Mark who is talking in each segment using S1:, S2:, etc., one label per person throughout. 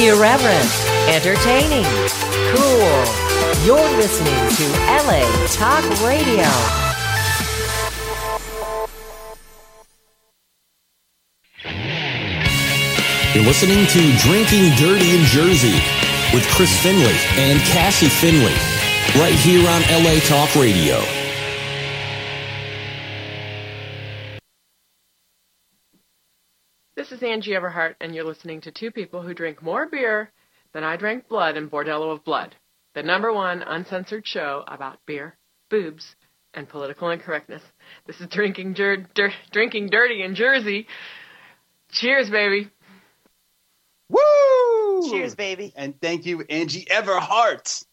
S1: Irreverent, entertaining, cool. You're listening to LA Talk Radio.
S2: You're listening to Drinking Dirty in Jersey with Chris Finley and Cassie Finley right here on LA Talk Radio.
S3: This is Angie Everhart, and you're listening to two people who drink more beer than I drank blood in Bordello of Blood, the number one uncensored show about beer, boobs, and political incorrectness. This is drinking dir- dir- drinking dirty in Jersey. Cheers, baby.
S4: Woo!
S5: Cheers, baby.
S4: And thank you, Angie Everhart,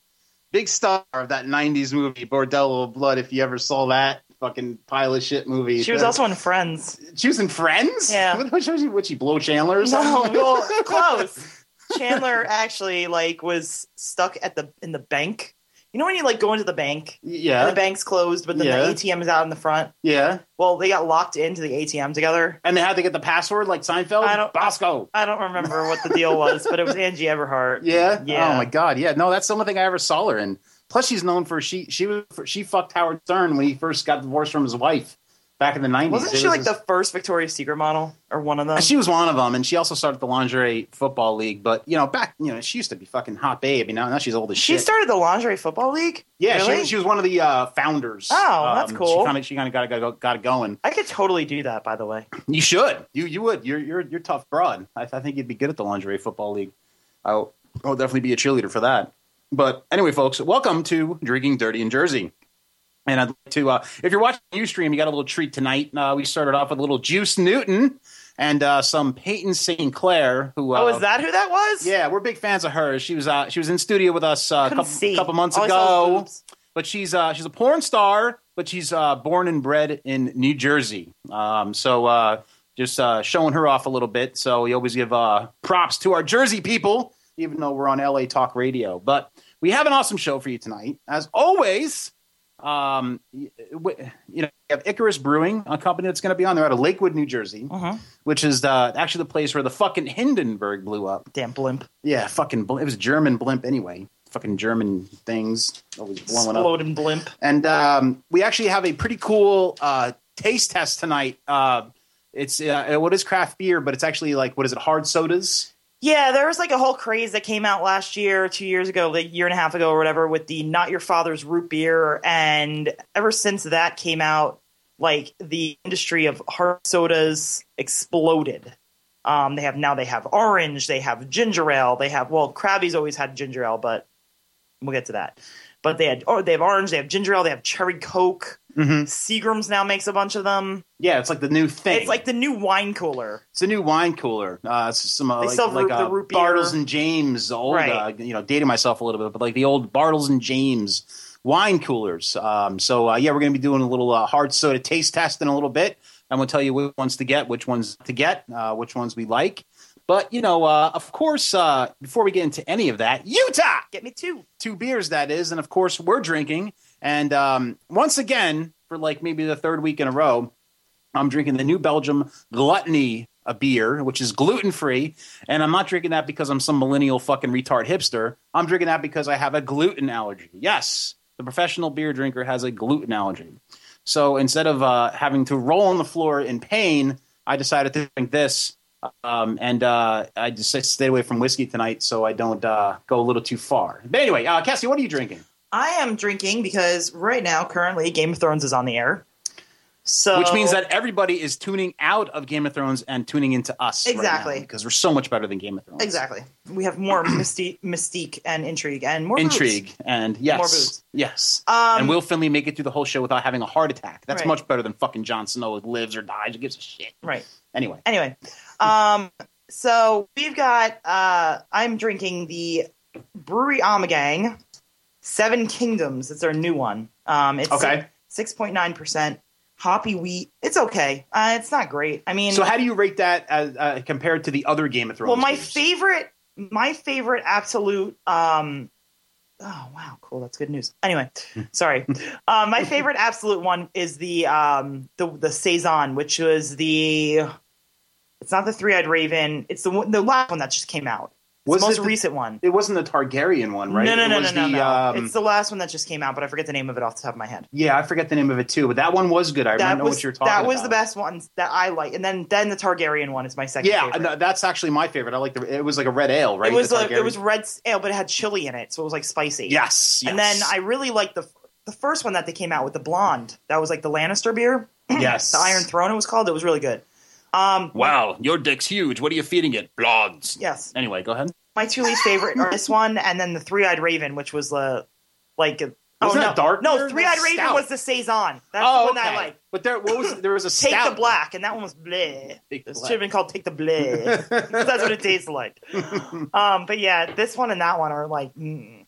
S4: big star of that '90s movie Bordello of Blood. If you ever saw that fucking pile of shit movie,
S5: She was
S4: That-
S5: also in Friends.
S4: she was in Friends.
S5: Yeah.
S4: what, what, was she, what she blow Chandler or
S5: No,
S4: something?
S5: well, close. Chandler actually like was stuck at the in the bank. You know when you like go into the bank and
S4: yeah,
S5: the bank's closed, but then
S4: Yeah.
S5: the ATM is out in the front.
S4: yeah.
S5: Well, they got locked into the ATM together.
S4: And they had to get the password like Seinfeld.
S5: I don't-
S4: Bosco.
S5: I don't remember what the deal was, but it was Angie Everhart.
S4: Yeah.
S5: Yeah.
S4: Oh my god. Yeah. No, that's the only thing I ever saw her in. Plus, she's known for she she was for, she fucked Howard Stern when he first got divorced from his wife back in the nineties.
S5: Wasn't she like the first Victoria's Secret model or one of them?
S4: She was one of them, and she also started the lingerie football league. But you know, back you know, she used to be fucking hot babe. You know, now she's old as
S5: She
S4: shit.
S5: started the lingerie football league.
S4: yeah,
S5: really?
S4: she, she was one of the uh, founders. Um,
S5: Oh, that's cool.
S4: She kind of she kind of got got got it going.
S5: I could totally do that. By the way,
S4: You should. You you would. You're you're you're tough broad. I, I think you'd be good at the lingerie football league. I'll I'll definitely be a cheerleader for that. But anyway, folks, welcome to Drinking Dirty in Jersey. And I'd like to, uh, if you're watching the Ustream, you got a little treat tonight. Uh, we started off with a little Juice Newton and uh, some Peyton St. Clair, who uh,
S5: oh, is that who that was?
S4: Yeah, we're big fans of hers. She was uh, she was in studio with us uh, a
S5: Couldn't
S4: couple,
S5: see.
S4: couple months
S5: All I saw was
S4: ago.
S5: boobs.
S4: But she's uh, she's a porn star, but she's uh, born and bred in New Jersey. Um, so uh, just uh, showing her off a little bit. So we always give uh, props to our Jersey people, even though we're on LA Talk Radio. But we have an awesome show for you tonight, as always. Um, y- w- you know, we have Icarus Brewing, a company that's going to be on. They're out of Lakewood, New Jersey,
S5: Mhm.
S4: which is uh, actually the place where the fucking Hindenburg blew up.
S5: Damn blimp.
S4: Yeah, fucking. Blimp. It was a German blimp anyway. Fucking German things always blowing up.
S5: Exploding blimp.
S4: And um, we actually have a pretty cool uh, taste test tonight. Uh, it's uh, what is craft beer, but it's actually like what is it? Hard sodas.
S5: Yeah, there was like a whole craze that came out last year, two years ago, like a year and a half ago or whatever, with the not your father's root beer. And ever since that came out, like the industry of hard sodas exploded. Um, they have now they have orange, they have ginger ale, they have well, Krabby's always had ginger ale, but we'll get to that. But they had oh, they have orange, they have ginger ale, they have cherry coke.
S4: Mm-hmm.
S5: Seagram's now makes a bunch of them.
S4: Yeah, it's like the new thing.
S5: It's like the new wine cooler.
S4: it's a new wine cooler. Uh, it's some uh,
S5: They
S4: like,
S5: sell
S4: like
S5: root-
S4: uh,
S5: the root beer.
S4: Bartles and James old.
S5: Right.
S4: Uh, you know, dating myself a little bit, but like the old Bartles and James wine coolers. Um, so uh, yeah, we're gonna be doing a little uh, hard soda taste test in a little bit. I'm gonna tell you which ones to get, which ones to get, uh, which ones we like. But you know, uh, of course, uh, before we get into any of that, Utah
S5: Get me two.
S4: two beers that is and of course we're drinking and um, once again for like maybe the third week in a row i'm drinking the new belgium gluttony a beer which is gluten free and i'm not drinking that because i'm some millennial fucking retard hipster i'm drinking that because i have a gluten allergy yes the professional beer drinker has a gluten allergy so instead of uh, having to roll on the floor in pain i decided to drink this um, and uh, I just stayed away from whiskey tonight so I don't uh, go a little too far. But anyway, uh, Cassie, what are you drinking?
S5: I am drinking because right now, currently, Game of Thrones is on the air. So
S4: Which means that everybody is tuning out of Game of Thrones and tuning into us. right now,
S5: Exactly.
S4: because we're so much better than Game of Thrones.
S5: exactly we have more mystique, mystique and intrigue and more boobs.
S4: Intrigue. And
S5: More
S4: yes.
S5: booze.
S4: Yes.
S5: Um,
S4: and will Finley make it through the whole show without having a heart attack? That's
S5: Right.
S4: much better than fucking Jon Snow lives or dies. Who gives a shit?
S5: right.
S4: Anyway.
S5: Anyway, um, so we've got. Uh, I'm drinking the Brewery Amagang Seven Kingdoms. It's our new one. Um, it's
S4: Okay.
S5: six point nine percent hoppy wheat. It's okay. Uh, it's not great. I mean,
S4: So how do you rate that as, uh, compared to the other Game of Thrones?
S5: Well, my
S4: beers?
S5: favorite, my favorite absolute. Um, oh wow, cool. That's good news. Anyway, sorry. Uh, my favorite absolute one is the um, the the saison, which was the. It's not the three eyed raven. It's the one, the last one that just came out. It's
S4: Was
S5: the most
S4: it the-
S5: recent one.
S4: It wasn't the Targaryen one, right?
S5: No, no,
S4: It
S5: no, no,
S4: was
S5: no,
S4: the,
S5: no.
S4: um,
S5: it's the last one that just came out, but I forget the name of it off the top of my head.
S4: yeah, I forget the name of it too, but that one was good. I
S5: that
S4: remember
S5: was
S4: what you're talking.
S5: that was
S4: about.
S5: the best one that I like, and then then the Targaryen one is my second.
S4: Yeah,
S5: favorite.
S4: no, that's actually my favorite. I like the. It was like a red ale, right?
S5: it was
S4: The
S5: like, it
S4: Targaryen-
S5: was red ale, but it had chili in it, so it was like spicy.
S4: Yes, yes.
S5: and then I really liked the the first one that they came out with the blonde. That was like the Lannister beer,
S4: yes
S5: the Iron Throne. It was called. It was really good. Um,
S4: Wow, your dick's huge. What are you feeding it? Blondes.
S5: yes,
S4: Anyway, go ahead.
S5: my two least favorite are this one and then the Three Eyed Raven, which was the like. oh,
S4: Wasn't
S5: no.
S4: that dark beer?
S5: No,
S4: That's
S5: Three Eyed Raven
S4: stout. Oh,
S5: was the saison. That's the one that I like.
S4: But there, what was there was a
S5: Take
S4: stout.
S5: the black, and that one was bleh.
S4: Take
S5: It
S4: the
S5: should have been called Take the bleh. That's what it tastes like. Um, but yeah, this one and that one are like, mm,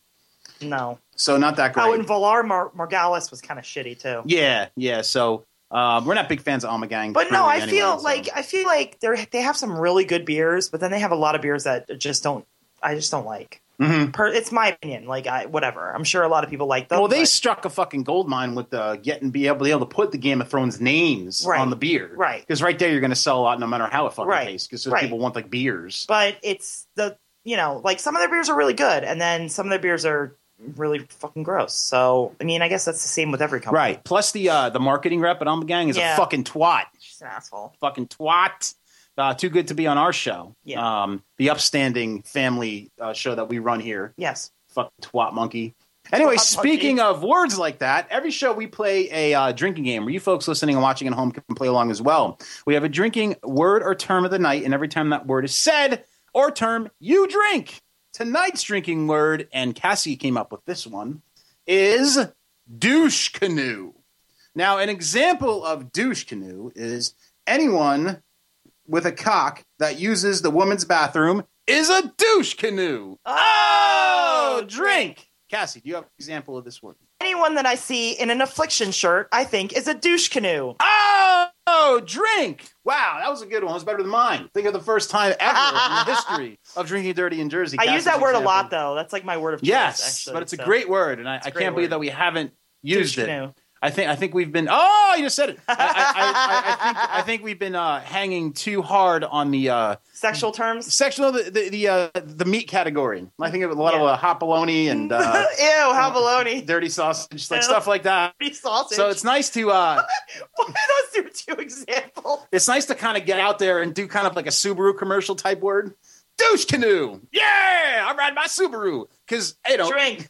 S5: no.
S4: So not that great.
S5: Oh, and Valar Mar- Morghulis was kind of shitty too.
S4: yeah, yeah. So um, we're not big fans of Almagang.
S5: But no,
S4: really
S5: I
S4: anyway,
S5: feel
S4: so.
S5: like I feel like they they have some really good beers, but then they have a lot of beers that just don't. I just don't like.
S4: Mhm.
S5: Per, it's my opinion. Like I, whatever. I'm sure a lot of people like them.
S4: Well, they
S5: but-
S4: struck a fucking gold mine with uh, getting be able, be able to put the Game of Thrones names
S5: Right.
S4: on the beer,
S5: Right.
S4: Because right there, you're going to sell a lot, no matter how it fucking
S5: Right.
S4: tastes. Because
S5: Right.
S4: people want like beers.
S5: but it's the you know like some of their beers are really good, and then some of their beers are really fucking gross. So I mean, I guess that's the same with every company.
S4: Right. Plus the uh, the marketing rep at Almagang is
S5: Yeah.
S4: a fucking twat.
S5: She's an asshole.
S4: fucking twat. Uh, too good to be on our show.
S5: Yeah.
S4: Um, the upstanding family uh, show that we run here.
S5: Yes.
S4: Fucking twat monkey. Anyway,
S5: Twat
S4: speaking
S5: monkey.
S4: of words like that, every show we play a uh, drinking game where you folks listening and watching at home can play along as well. We have a drinking word or term of the night, and every time that word is said or term, you drink. Tonight's drinking word, and Cassie came up with this one, is douche canoe. Now, an example of douche canoe is anyone with a cock that uses the woman's bathroom is a douche canoe. Oh, drink. Cassie, do you have an example of this word?
S5: Anyone that I see in an affliction shirt, I think is a douche canoe.
S4: Oh, drink. Wow, that was a good one. It was better than mine. Think of the first time ever in the history of drinking dirty in Jersey.
S5: I
S4: Cassie's
S5: use that word
S4: example.
S5: a lot, though. That's like my word of choice.
S4: Yes,
S5: actually,
S4: but it's a
S5: so.
S4: great word, and I, I
S5: great
S4: can't believe
S5: word.
S4: that we haven't
S5: douche
S4: used it.
S5: canoe.
S4: I think I think we've been. Oh, you just said it. I, I, I, I, think, I think we've been uh, hanging too hard on the uh,
S5: Sexual terms.
S4: sectional the the the, uh, the meat category. I think of a lot of
S5: Yeah.
S4: uh, hot bologna and uh,
S5: Ew, how baloney.
S4: dirty sausage, like
S5: No.
S4: stuff like that.
S5: Dirty sausage.
S4: So it's nice to uh,
S5: What are those your two examples?
S4: it's nice to kind of get out there and do kind of like a Subaru commercial type word. Douche canoe. Yeah, I'm riding my Subaru because you know
S5: Drink.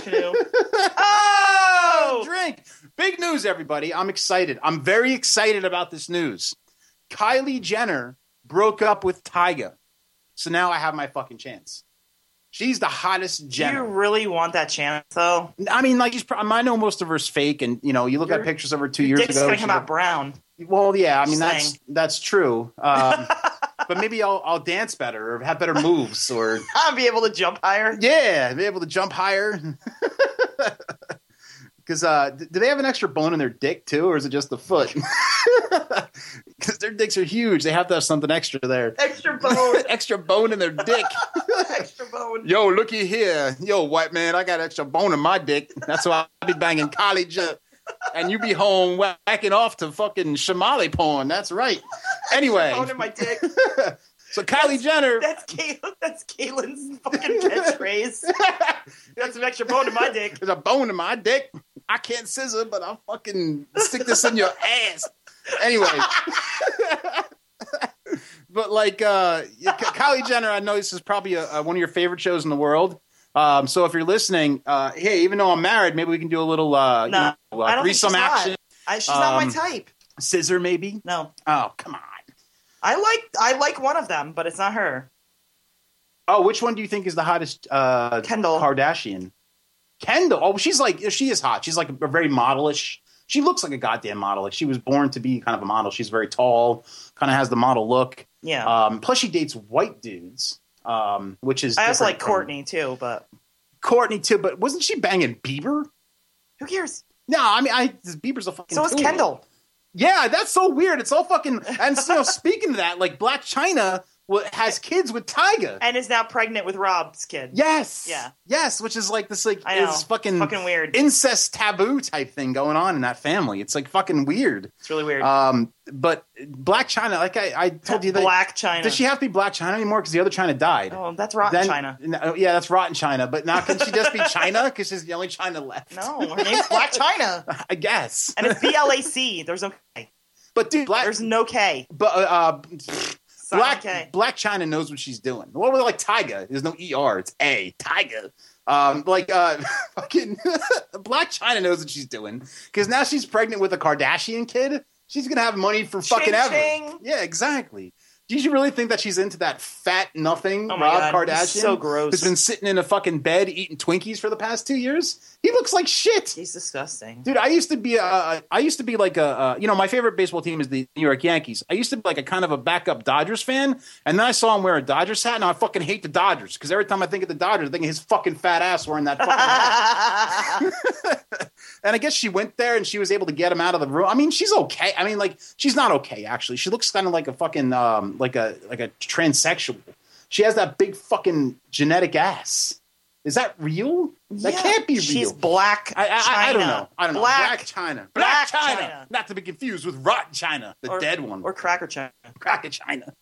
S5: canoe. Oh!
S4: drink. Big news, everybody. I'm excited. I'm very excited about this news. Kylie Jenner broke up with Tyga. So now I have my fucking chance. She's the hottest
S5: Do you
S4: Jenner.
S5: really want that chance, though?
S4: I mean, like, she's pro- I know most of her's fake, and you know, you look at
S5: Your-
S4: pictures of her two
S5: Your
S4: years
S5: Dick's
S4: ago.
S5: gonna
S4: she
S5: come
S4: looked-
S5: out brown.
S4: Well, yeah, I mean
S5: Just
S4: that's
S5: saying.
S4: that's true. Um, but maybe I'll I'll dance better or have better moves or
S5: I'll be able to jump higher.
S4: yeah, be able to jump higher. Because uh, d- do they have an extra bone in their dick too, or is it just the foot? Because their dicks are huge, they have to have something extra there.
S5: Extra bone.
S4: extra bone in their dick.
S5: extra bone.
S4: Yo, looky here. Yo, white man, I got extra bone in my dick. That's why I be banging college up. And you be home whacking off to fucking Shomali porn. That's right. Anyway,
S5: Bone in my dick.
S4: so Kylie Jenner.
S5: That's Caitlin. That's Caitlin's fucking catchphrase. That's some extra bone in my dick.
S4: There's a bone in my dick. I can't scissor, but I'll fucking stick this in your ass. Anyway. but like uh yeah, Ky- Kylie Jenner, I know this is probably a, a, one of your favorite shows in the world. Um, so if you're listening, uh, hey, even though I'm married, maybe we can do a little uh, you
S5: No,
S4: know, uh,
S5: I don't think
S4: threesome
S5: she's hot.
S4: action,
S5: I, she's not my
S4: Um,
S5: type.
S4: scissor maybe.
S5: No,
S4: Oh come on.
S5: I like I like one of them, but it's not her.
S4: Oh, which one do you think is the hottest? Uh,
S5: Kendall.
S4: Kardashian. Kendall. Oh, she's like she is hot. She's like a, very modelish. She looks like a goddamn model. Like she was born to be kind of a model. She's very tall, kind of has the model look.
S5: Yeah,
S4: Um, plus, she dates white dudes, um, which is
S5: I also
S4: different
S5: like
S4: from-
S5: Courtney too, but
S4: Courtney too, but wasn't she banging Bieber?
S5: who cares?
S4: No, I mean, I Bieber's a fucking.
S5: So is
S4: tool.
S5: Kendall.
S4: Yeah, that's so weird. It's all fucking. And you know, speaking of that, like Black China wa- has kids with Tyga.
S5: and is now pregnant with Rob's kid.
S4: Yes.
S5: Yeah.
S4: Yes, which is like this like
S5: I know.
S4: this fucking
S5: Fucking weird.
S4: incest taboo type thing going on in that family. It's like fucking weird.
S5: It's really weird.
S4: Um, but Black China, like I, I told you, that
S5: Black China.
S4: does she have to be Black China anymore? Because the other China died.
S5: oh, that's rotten
S4: Then-
S5: China.
S4: no, yeah, that's rotten China. But now can she just be China? Because she's the only China left.
S5: No, her name's Black China,
S4: I guess.
S5: and it's B L A C. There's no K.
S4: But dude, Black,
S5: There's no K.
S4: but uh,
S5: Silent
S4: Black
S5: K.
S4: Black China knows what she's doing. What was like Tyga? There's no ER. It's A Tyga. Um, like uh, fucking Black China knows what she's doing because now she's pregnant with a Kardashian kid. She's gonna have money for fucking
S5: Ching,
S4: ever.
S5: ching.
S4: Yeah, exactly. Do you really think that she's into that fat nothing
S5: Oh my
S4: Rob
S5: God,
S4: Kardashian?
S5: he's so gross.
S4: Who's been sitting in a fucking bed eating Twinkies for the past two years? He looks like shit.
S5: She's disgusting.
S4: Mm-hmm. Dude, I used to be uh, I used to be like a uh, you know my favorite baseball team is the New York Yankees. I used to be like a kind of a backup Dodgers fan, and then I saw him wear a Dodgers hat, and I fucking hate the Dodgers because every time I think of the Dodgers, I think of his fucking fat ass wearing that fucking hat. And I guess she went there and she was able to get him out of the room. I mean, she's okay. I mean, like she's not okay actually. She looks kind of like a fucking um, like a like a transsexual. She has that big fucking genetic ass. Is that real? That
S5: Yeah,
S4: can't be real.
S5: She's black.
S4: I, I, I don't
S5: China.
S4: know. I don't know.
S5: Black,
S4: China.
S5: Black
S4: Black China.
S5: China.
S4: Not to be confused with rotten China, the
S5: or-
S4: dead one,
S5: or
S4: or
S5: cracker China.
S4: crack of China.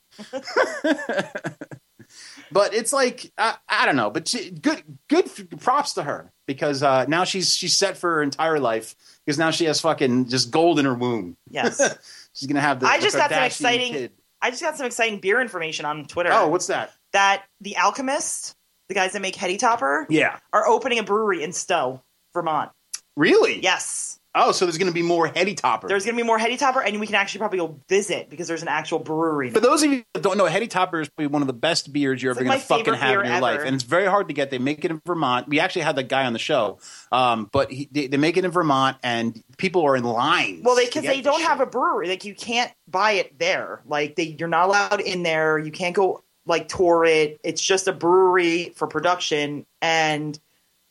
S4: but it's like I, I don't know. But she, good, good f- props to her because uh, now she's she's set for her entire life because now she has fucking just gold in her womb.
S5: Yes.
S4: She's gonna have the.
S5: I
S4: the
S5: just got some
S4: Kardashian
S5: exciting-
S4: Kid.
S5: I just got some exciting beer information on Twitter.
S4: Oh, what's that?
S5: that the Alchemist, the guys that make Hetty Topper,
S4: Yeah.
S5: are opening a brewery in Stowe, Vermont.
S4: Really?
S5: Yes,
S4: Oh, so there's gonna be more heady topper.
S5: there's going to be more Hetty Topper, and we can actually probably go visit because there's an actual brewery.
S4: For those of you that don't know, Heady Topper is probably one of the best beers you're
S5: It's
S4: ever
S5: like
S4: going
S5: my
S4: to fucking
S5: favorite
S4: have in
S5: beer
S4: your life.
S5: ever.
S4: And it's very hard to get. They make it in Vermont. We actually had that guy on the show, um, but he, they, they make it in Vermont, and people are in line.
S5: well, they because they don't have a brewery, like you can't buy it there. Like they, you're not allowed in there. You can't go like tour it. It's just a brewery for production, and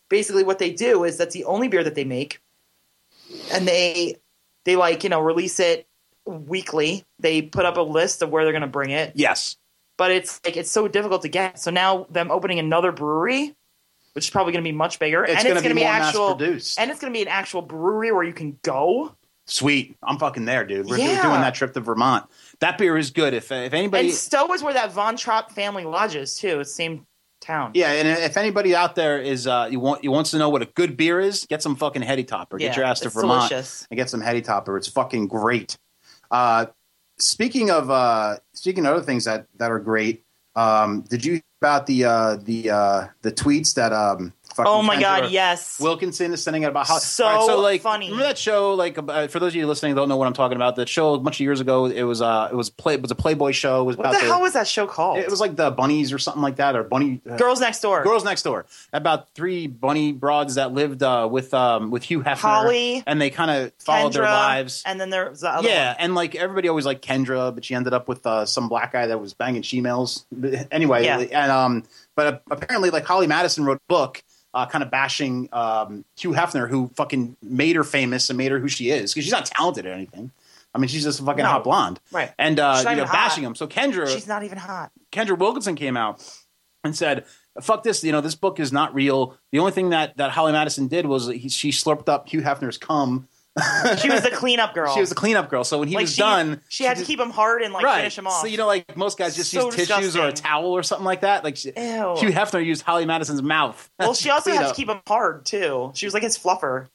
S5: basically what they do is that's the only beer that they make, and they they like you know release it weekly. They put up a list of where they're going to bring it.
S4: Yes.
S5: but it's like it's so difficult to get. So now them opening another brewery, which is probably going to be much bigger,
S4: It's
S5: and
S4: going
S5: it's
S4: to be,
S5: going to be
S4: more
S5: actual,
S4: mass-produced.
S5: and it's going to be an actual brewery where you can go.
S4: Sweet. I'm fucking there, dude. We're
S5: Yeah.
S4: doing that trip to Vermont. That beer is good. If, if anybody...
S5: and Stowe is where that Von Trapp family lodges too. It's the same town.
S4: yeah, and if anybody out there is uh, you want you wants to know what a good beer is, get some fucking heady topper.
S5: Yeah,
S4: get your ass to
S5: it's
S4: Vermont.
S5: delicious.
S4: I get some heady topper. It's fucking great. Uh, speaking of uh, speaking of other things that that are great, um, did you hear about the uh, the uh, the tweets that um? fucking
S5: Oh my
S4: Kendra
S5: god, yes.
S4: Wilkinson is sending out about how
S5: So
S4: All like,
S5: funny.
S4: Remember that show? Like uh, for those of you listening, don't know what I'm talking about. That show a bunch of years ago. It was uh, it was play it was a Playboy show. It was
S5: what
S4: about
S5: the hell was that show called?
S4: it was like the bunnies or something like that, or bunny uh,
S5: Girls Next Door.
S4: Girls Next Door. About three bunny broads that lived uh, with um, with Hugh Hefner,
S5: Holly,
S4: and they kind of followed their
S5: Kendra,
S4: lives.
S5: and then there's the other
S4: yeah, and like everybody always liked Kendra, but she ended up with uh, some black guy that was banging females. Anyway,
S5: Yeah.
S4: and um, but apparently, like Holly Madison wrote a book. Uh, kind of bashing um, Hugh Hefner, who fucking made her famous and made her who she is, because she's not talented at anything. I mean, she's just a fucking
S5: No.
S4: hot blonde,
S5: Right.
S4: And uh,
S5: She's not
S4: you know,
S5: even hot.
S4: bashing him. So Kendra,
S5: one. She's not even hot.
S4: Kendra Wilkinson came out and said, "Fuck this! You know this book is not real. The only thing that that Holly Madison did was he, she slurped up Hugh Hefner's cum.
S5: She was the cleanup girl.
S4: She was a cleanup girl, so when he
S5: like
S4: was
S5: she,
S4: done,
S5: She, had to
S4: just-
S5: keep him hard and like finish him off.
S4: So you know, like most guys, just
S5: So
S4: use tissues or a
S5: disgusting.
S4: towel or something like that. Like she,
S5: Ew.
S4: Hugh Hefner used Holly Madison's mouth.
S5: well, she also
S4: Clean
S5: had to
S4: up.
S5: keep him hard too. She was like his fluffer.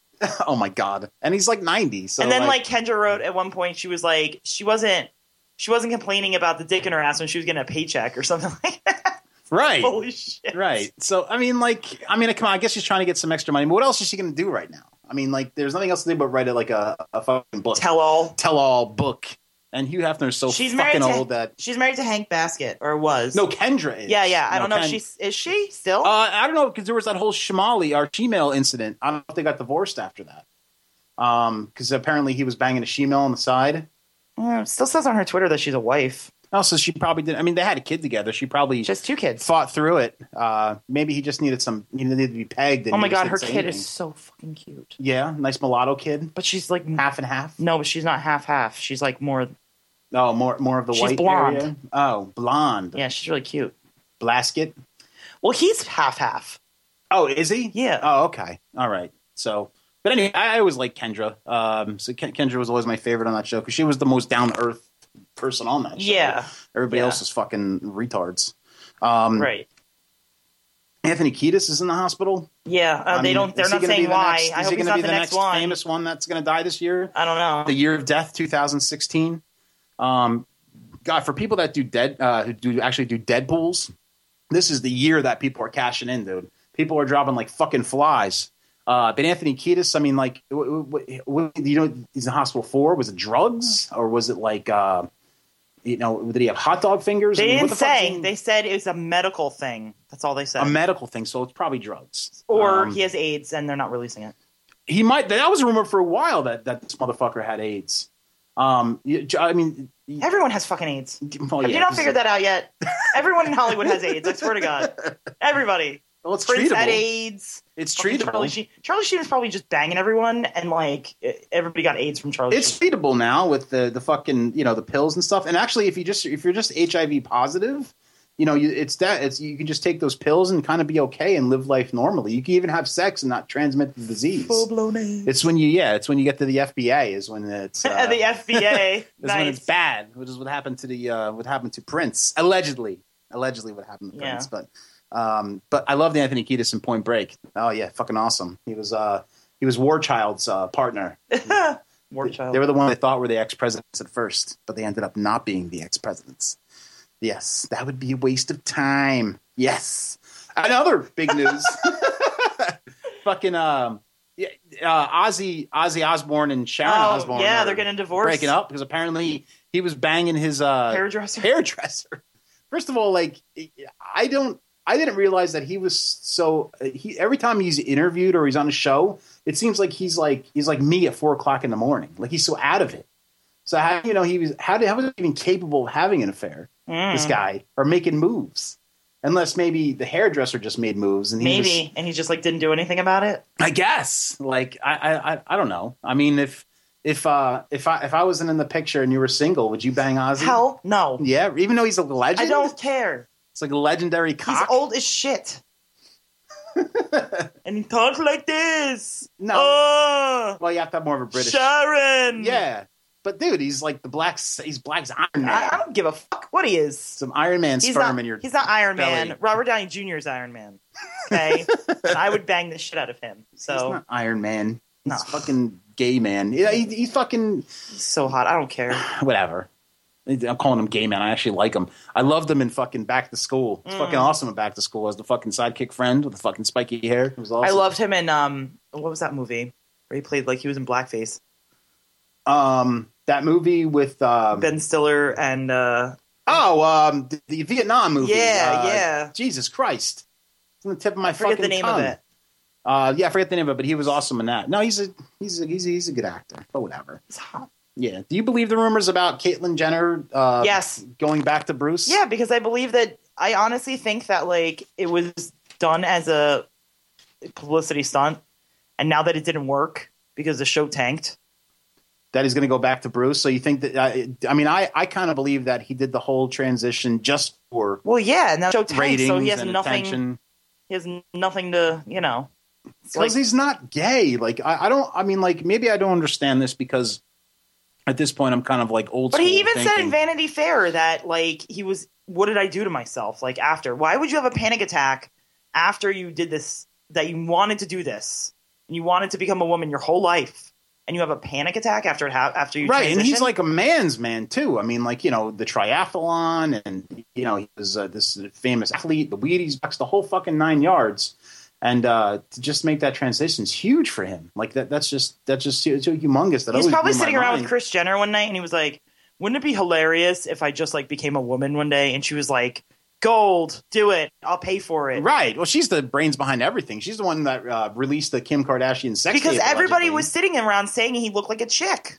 S4: oh my god! And he's like ninety. So
S5: and then like, Kendra wrote at one point, she was like, she wasn't, she wasn't complaining about the dick in her ass when she was getting a paycheck or something like oh, that.
S4: right,
S5: Holy shit!
S4: right. So I mean, like, I mean, come on. I guess she's trying to get some extra money. But what else is she going to do right now? I mean, like, there's nothing else to do but write it like a, a fucking book,
S5: Tell all.
S4: tell-all book. And Hugh Hefner's so
S5: She's married
S4: fucking
S5: to
S4: old that
S5: she's married to Hank Basket or was
S4: no, Kendra is.
S5: Yeah, yeah. I
S4: No,
S5: don't know. if
S4: Ken-
S5: she's is she still?
S4: Uh, I don't know because there was that whole Shemali or Shemale incident. I don't know if they got divorced after that. Um, because apparently he was banging a Shemale on the side.
S5: Mm, still says on her Twitter that she's a wife.
S4: Also, she probably didn't. I mean, they had a kid together. She probably
S5: She has two kids.
S4: fought through it. Uh, maybe he just needed some. He needed to be pegged. And
S5: Oh my
S4: he just
S5: god,
S4: didn't
S5: her
S4: say
S5: kid
S4: anything.
S5: is so fucking cute.
S4: yeah, nice mulatto kid,
S5: But she's like
S4: half and half.
S5: no, but she's not half half. She's like more
S4: Oh, more more of the
S5: She's
S4: white
S5: blonde.
S4: area. Oh, blonde.
S5: Yeah, she's really cute.
S4: Blasket.
S5: Well, he's half half.
S4: Oh, is he?
S5: Yeah.
S4: Oh, okay. All right. So, but anyway, I, I always liked Kendra. Um, so Ken- Kendra was always my favorite on that show because she was the most down to earth person on that. show.
S5: Yeah,
S4: Everybody
S5: yeah.
S4: else is fucking retards. Um,
S5: right.
S4: Anthony Kiedis is in the hospital.
S5: Yeah, uh,
S4: I
S5: they
S4: mean,
S5: don't. They're
S4: is he
S5: not
S4: gonna be
S5: saying
S4: the
S5: why.
S4: next-
S5: I
S4: is
S5: hope
S4: he
S5: he's
S4: gonna
S5: not
S4: be
S5: the
S4: the
S5: next,
S4: next
S5: one.
S4: famous one that's going to die this year?
S5: I don't know.
S4: the year of death 2016 um god for people that do dead uh who do actually do deadpools this is the year that people are cashing in dude people are dropping like fucking flies uh but anthony Kiedis, i mean like w- w- w- you know he's in the hospital for was it drugs or was it like uh you know did he have hot dog fingers
S5: they
S4: I mean, what
S5: didn't
S4: the fuck
S5: say.
S4: is he-
S5: They said it was a medical thing. That's all they said.
S4: a medical thing so it's probably drugs
S5: or
S4: Um,
S5: he has AIDS and they're not releasing it.
S4: he might that was a rumor for a while that that this motherfucker had aids um you- i mean
S5: Everyone has fucking AIDS.
S4: well,
S5: Have
S4: Oh, yeah,
S5: you not
S4: this is-
S5: figured that out yet? Everyone in Hollywood has AIDS. I swear to God, everybody.
S4: Well, it's
S5: Prince had
S4: treatable.
S5: AIDS.
S4: It's
S5: Fucking Charlie
S4: treatable.
S5: Sheen. Charlie Sheen was probably just banging everyone, and like e, everybody got AIDS from Charlie.
S4: It's
S5: Sheen.
S4: treatable now with the the fucking you know the pills and stuff. And actually, if you just if you're just HIV positive, you know you, it's that it's you can just take those pills and kind of be okay and live life normally. You can even have sex and not transmit the disease.
S5: blown AIDS.
S4: It's when you yeah, it's when you get to the FBA is when it's uh,
S5: the FBA.
S4: is when it's
S5: nice.
S4: bad, which is what happened to the uh, what happened to Prince allegedly. Allegedly, what happened to
S5: Yeah.
S4: Prince, but um, but I loved Anthony Kiedis in Point Break. Oh yeah, fucking awesome. He was uh he was War Child's uh, partner.
S5: War child.
S4: They were the one they thought were the ex presidents at first, but they ended up not being the ex presidents. Yes, that would be a waste of time. Yes. Another big news. Fucking um yeah, uh, Ozzy Ozzy Osbourne and Sharon
S5: Oh,
S4: Osbourne.
S5: yeah,
S4: are
S5: they're getting divorced.
S4: Breaking up because apparently he was banging his uh,
S5: Hairdresser.
S4: hairdresser. First of all, like I don't, I didn't realize that he was so. He every time he's interviewed or he's on a show, it seems like he's like he's like me at four o'clock in the morning. Like he's so out of it. So how you know he was how did, how was he even capable of having an affair?
S5: Mm.
S4: This guy or making moves, unless maybe the hairdresser just made moves and he was-
S5: Maybe, and he just like didn't do anything about it.
S4: I guess. Like I, I, I- I don't know. I mean, if if uh if I if I wasn't in the picture and you were single, would you bang Ozzy?
S5: Hell no,
S4: Yeah, e-, even though he's a legend.
S5: I don't care.
S4: It's like a legendary
S5: He's
S4: cock.
S5: old as shit, and he talks like this.
S4: No.
S5: Oh,
S4: Well, you have to have more of a British.
S5: Sharon.
S4: Yeah, but dude, he's like the black. He's black's Iron Man.
S5: I, I don't give a fuck what he is.
S4: Some Iron Man
S5: He's
S4: sperm
S5: not,
S4: in your.
S5: he's not Iron Man.
S4: belly.
S5: Robert Downey Jr. is Iron Man. Okay, and I would bang the shit out of him.
S4: He's
S5: So
S4: not Iron Man. He's
S5: No.
S4: fucking gay man. Yeah, he, he fucking
S5: he's so hot. I don't care.
S4: whatever. I'm calling him gay man. I actually like him. I loved him in fucking Back to School. It's fucking awesome in Back to School as the fucking sidekick friend with the fucking spiky hair. It was awesome.
S5: I loved him in um, what was that movie where he played like he was in blackface?
S4: um that movie with um,
S5: Ben Stiller and uh,
S4: oh um the, the Vietnam movie.
S5: yeah,
S4: Uh,
S5: yeah.
S4: Jesus Christ! It's on the tip of my
S5: I forget
S4: fucking
S5: the name
S4: tongue.
S5: of it.
S4: Uh, yeah, I forget the name of it, but he was awesome in that. No, he's a he's a, he's a, he's a good actor, but whatever.
S5: It's hot.
S4: Yeah. Do you believe the rumors about Caitlyn Jenner? Uh,
S5: Yes.
S4: Going back to Bruce?
S5: Yeah, because I believe that I honestly think that like it was done as a publicity stunt, and now that it didn't work because the show tanked.
S4: That he's going to go back to Bruce. So you think that? Uh, I mean, I I kind of believe that he did the whole transition just for
S5: Well, yeah, and that show tanked,
S4: ratings
S5: so he has
S4: and
S5: nothing.
S4: attention.
S5: He has nothing to you know. It's
S4: Because he's not gay. Like I, I don't. I mean, like maybe I don't understand this because at this point I'm kind of like old.
S5: But
S4: school
S5: he even said
S4: thinking.
S5: in Vanity Fair that like he was what did I do to myself like after? Why would you have a panic attack after you did this that you wanted to do this? And you wanted to become a woman your whole life and you have a panic attack after it ha- after you
S4: right and he's
S5: transition?
S4: like a man's man too i mean like you know the triathlon and you know he was uh, this famous athlete the wheaties box the whole fucking nine yards and uh to just make that transition is huge for him like that that's just that's just it's so humongous that
S5: He's
S4: always
S5: probably
S4: blew my
S5: sitting around with
S4: mind.
S5: Chris Jenner one night and he was like, "Wouldn't it be hilarious if I just like became a woman one day?" And she was like, "Gold, do it. I'll pay for it."
S4: right well she's the brains behind everything she's the one that uh, released the kim kardashian sex
S5: Because
S4: tape,
S5: everybody
S4: allegedly.
S5: was sitting around saying he looked like a chick.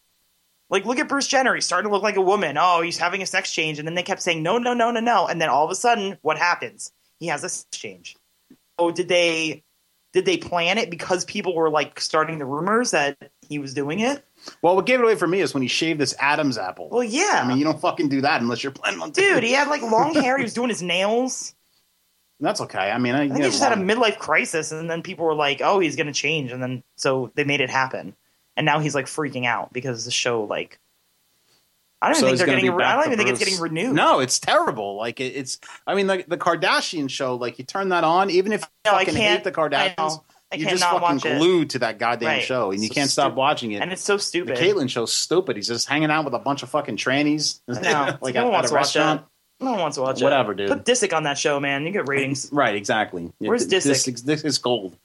S5: Like, look at Bruce Jenner. He's starting to look like a woman. Oh, he's having a sex change. And then they kept saying, no, no, no, no, no. And then all of a sudden, what happens? He has a sex change. Oh, did they did they plan it because people were like starting the rumors that he was doing it.
S4: Well, what gave it away for me is when he shaved this Adam's apple.
S5: Well, yeah.
S4: I mean, you don't fucking do that unless you're planning on doing
S5: Dude,
S4: it.
S5: he had like long hair. He was doing his nails.
S4: That's okay. I mean, I,
S5: I think he just had a midlife crisis, and then people were like, "Oh, he's going to change," and then so they made it happen. And now he's like freaking out because the show like I don't
S4: So
S5: even think
S4: he's
S5: they're
S4: gonna
S5: getting.
S4: be
S5: Re- I
S4: back
S5: don't
S4: to
S5: even think it's
S4: Bruce.
S5: getting renewed.
S4: No, it's terrible. Like it, it's. I mean, the, the Kardashian show. Like you turn that on, even if you
S5: No, I
S4: fucking hate
S5: can't-
S4: the
S5: I
S4: Kardashians,
S5: know. I
S4: you're just
S5: cannot
S4: fucking
S5: watch it.
S4: glued to that goddamn
S5: Right.
S4: show, and you
S5: So
S4: can't stop
S5: stupid.
S4: watching it.
S5: and it's so
S4: the
S5: stupid.
S4: Caitlyn show's stupid. He's just hanging out with a bunch of fucking trannies,
S5: no,
S4: like
S5: no
S4: at, at
S5: one wants
S4: a
S5: to watch
S4: restaurant.
S5: that. No one wants to watch
S4: Whatever,
S5: it.
S4: dude.
S5: Put Disick on that show, man. You get ratings.
S4: Right, exactly. Yeah,
S5: Where's
S4: th- This,
S5: Disick?
S4: this is gold.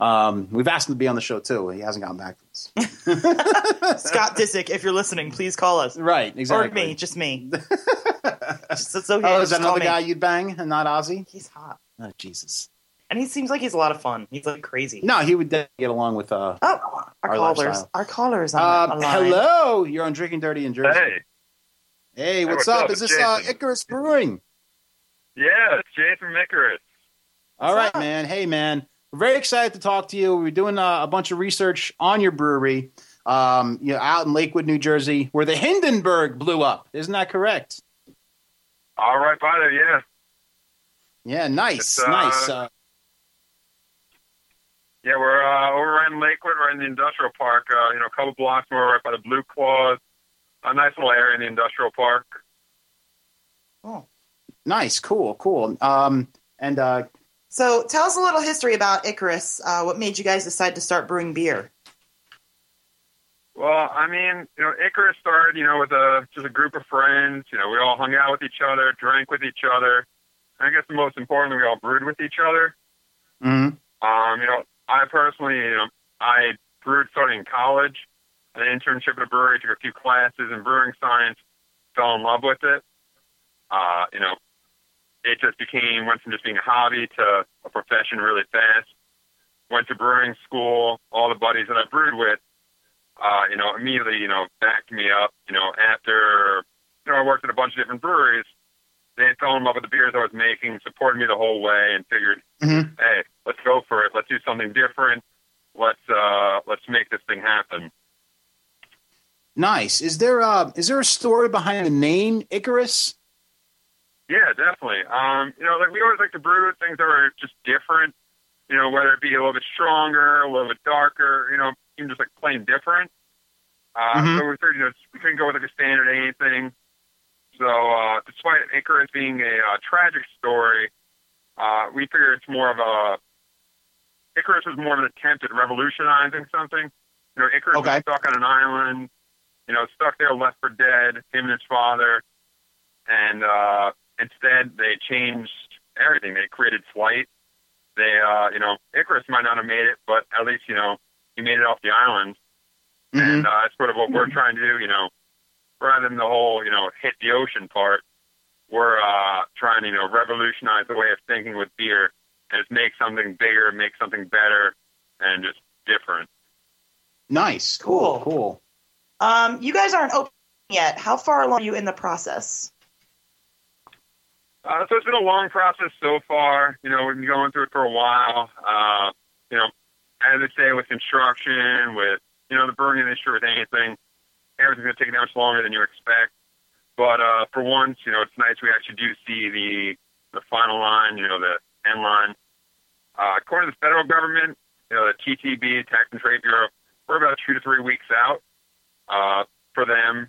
S4: Um, we've asked him to be on the show too. He hasn't gotten back to us.
S5: Scott Disick, if you're listening, please call us.
S4: Right, exactly.
S5: Or me, just me. just, it's okay.
S4: Oh, is
S5: just
S4: that
S5: call
S4: another
S5: me.
S4: guy you'd bang and not Ozzy?
S5: He's hot,
S4: Oh, Jesus.
S5: and he seems like he's a lot of fun. He's like crazy.
S4: No, he would definitely get along with. Uh,
S5: Oh, our,
S4: Our
S5: callers,
S4: lifestyle.
S5: our callers on the
S4: uh,
S5: on the line.
S4: hello, you're on Drinking Dirty in Jersey.
S6: Hey,
S4: Hey, what's
S6: what's
S4: up?
S6: up?
S4: Is
S6: It's
S4: this uh,
S6: Jason.
S4: Icarus Brewing?
S6: yeah, it's Jay from Icarus.
S4: All right,
S5: What's up?
S4: man. Hey, man. We're very excited to talk to you. We're doing uh, a bunch of research on your brewery. Um, you know, out in Lakewood, New Jersey, where the Hindenburg blew up. Isn't that correct?
S6: All right, by there, yeah.
S4: Yeah, nice,
S6: It's, uh,
S4: nice. Uh,
S6: Yeah, we're uh, over in Lakewood, right in the industrial park. Uh, you know, a couple blocks more, right by the Blue Claws. A nice little area in the industrial park.
S5: Oh.
S4: nice, cool, cool. Um, and uh,
S5: So, tell us a little history about Icarus. Uh, what made you guys decide to start brewing beer?
S6: Well, I mean, you know, Icarus started, you know, with a just a group of friends. You know, we all hung out with each other, drank with each other. And I guess the most important, we all brewed with each other.
S4: mhm.
S6: Um, you know, I personally, you know, I brewed starting in college, an internship at a brewery, took a few classes in brewing science, fell in love with it. Uh, you know, it just became went from just being a hobby to a profession really fast. Went to brewing school. All the buddies that I brewed with, uh, you know, immediately, you know, backed me up. You know, after you know, I worked at a bunch of different breweries. They fell in love with the beers I was making, supported me the whole way, and figured hey, let's go for it. Let's do something different. Let's uh, let's make this thing happen.
S4: nice. Is there uh, is there a story behind the name Icarus?
S6: Yeah, definitely. Um, you know, like we always like to brew things that are just different. You know, whether it be a little bit stronger, a little bit darker. You know, even just like plain different. Uh,
S4: Mhm.
S6: So we figured, you know, we couldn't go with like a standard anything. So uh, despite Icarus being a uh, tragic story, uh, we figure it's more of a Icarus was more of an attempt at revolutionizing something. You know, Icarus
S4: Okay.
S6: was stuck on an island, you know, stuck there, left for dead, him and his father, and uh, instead they changed everything. They created flight. They, uh, you know, Icarus might not have made it, but at least you know he made it off the island
S4: Mhm.
S6: and uh, that's sort of what we're trying to do. You know, rather than the whole you know hit the ocean part, we're uh, trying to you know revolutionize the way of thinking with beer and just make something bigger, make something better, and just different.
S4: Nice, cool,
S5: Cool.
S4: cool.
S5: Um, you guys aren't open yet. How far along are you in the process?
S6: Uh, so it's been a long process so far. You know, we've been going through it for a while. Uh, you know, as I say, with construction, with you know the burning issue, with anything, everything's going to take that much longer than you expect. But uh, for once, you know, it's nice we actually do see the the final line. You know, the end line. Uh, according to the federal government, you know, the TTB, Tax and Trade Bureau, we're about two to three weeks out uh, for them.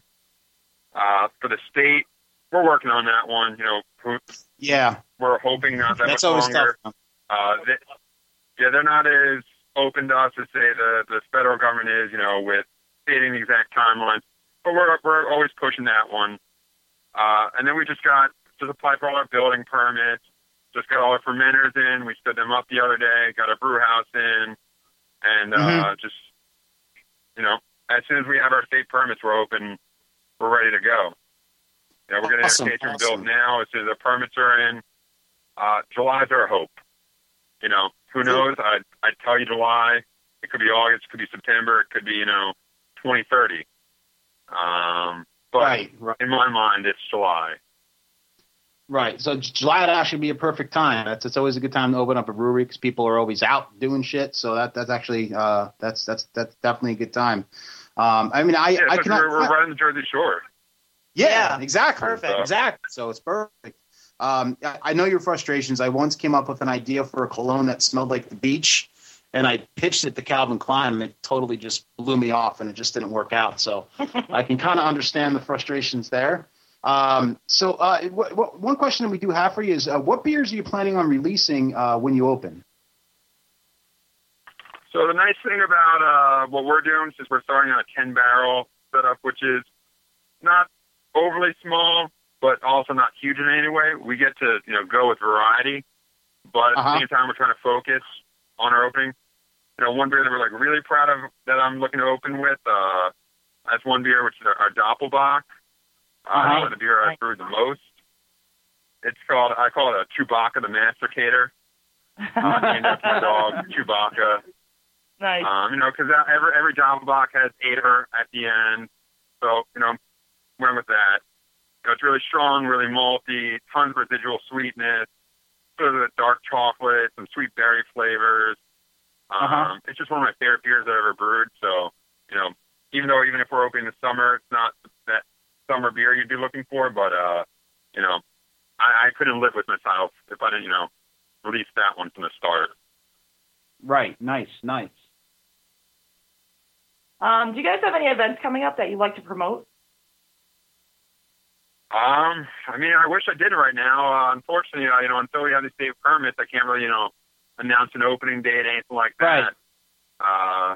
S6: Uh, for the state, we're working on that one. You know, who-
S4: Yeah,
S6: we're hoping not that
S4: that's
S6: much
S4: always
S6: longer.
S4: tough.
S6: Uh, they, yeah, they're not as open to us as say the the federal government is, you know, with stating the exact timelines. But we're we're always pushing that one. Uh, and then we just got just applied for all our building permits. Just got all our fermenters in. We stood them up the other day. Got our brew house in, and uh,
S4: Mhm.
S6: just you know, as soon as we have our state permits, we're open. We're ready to go. Yeah, we're going to
S4: Awesome,
S6: have catering
S4: awesome.
S6: built now. As soon as the permits are in, uh, July's our hope. You know, who knows? I I tell you July. It could be August. It could be September. It could be you know, 2030. Um, but
S4: Right, right.
S6: in my mind, it's July.
S4: Right. So J- July would actually be a perfect time. That's it's always a good time to open up a brewery because people are always out doing shit. So that that's actually uh, that's that's that's definitely a good time. Um, I mean, I
S6: Yeah,
S4: I
S6: so
S4: cannot.
S6: we're, we're right on the Jersey Shore.
S4: Yeah,
S5: Yeah.
S4: exactly.
S5: Perfect.
S4: Exactly. So it's perfect. Um, I- I know your frustrations. I once came up with an idea for a cologne that smelled like the beach, and I pitched it to Calvin Klein, and it totally just blew me off, and it just didn't work out. So I can kind of understand the frustrations there. Um, so uh, wh- wh- one question that we do have for you is, uh, what beers are you planning on releasing uh, when you open?
S6: So the nice thing about uh, what we're doing is we're starting on a 10 barrel setup, which is not overly small, but also not huge in any way. We get to you know go with variety, but at
S4: Uh-huh.
S6: the same time we're trying to focus on our opening. You know, one beer that we're like really proud of that I'm looking to open with. Uh, that's one beer which is our, our Doppelbock. Uh,
S4: Uh-huh.
S6: one of the beer I
S5: Right.
S6: brewed the most. It's called I call it a Chewbacca the Masticator. Uh, named after my dog Chewbacca.
S5: nice.
S6: Um, you know, because every every job block has aider at the end, so you know, went with that. You know, it's really strong, really malty, tons of residual sweetness, sort of the dark chocolate, some sweet berry flavors. Um,
S4: Uh-huh.
S6: It's just one of my favorite beers I've ever brewed. So, you know, even though even if we're opening this summer, it's not that summer beer you'd be looking for, but uh, you know, I, I couldn't live with myself if I didn't, you know, release that one from the start.
S4: Right. Nice. Nice.
S5: Um, do you guys have any events coming up that you'd like to promote?
S6: Um, I mean, I wish I did right now. Uh, unfortunately, uh, you know, until we have these state permits, I can't really, you know, announce an opening date, anything like that. Uh,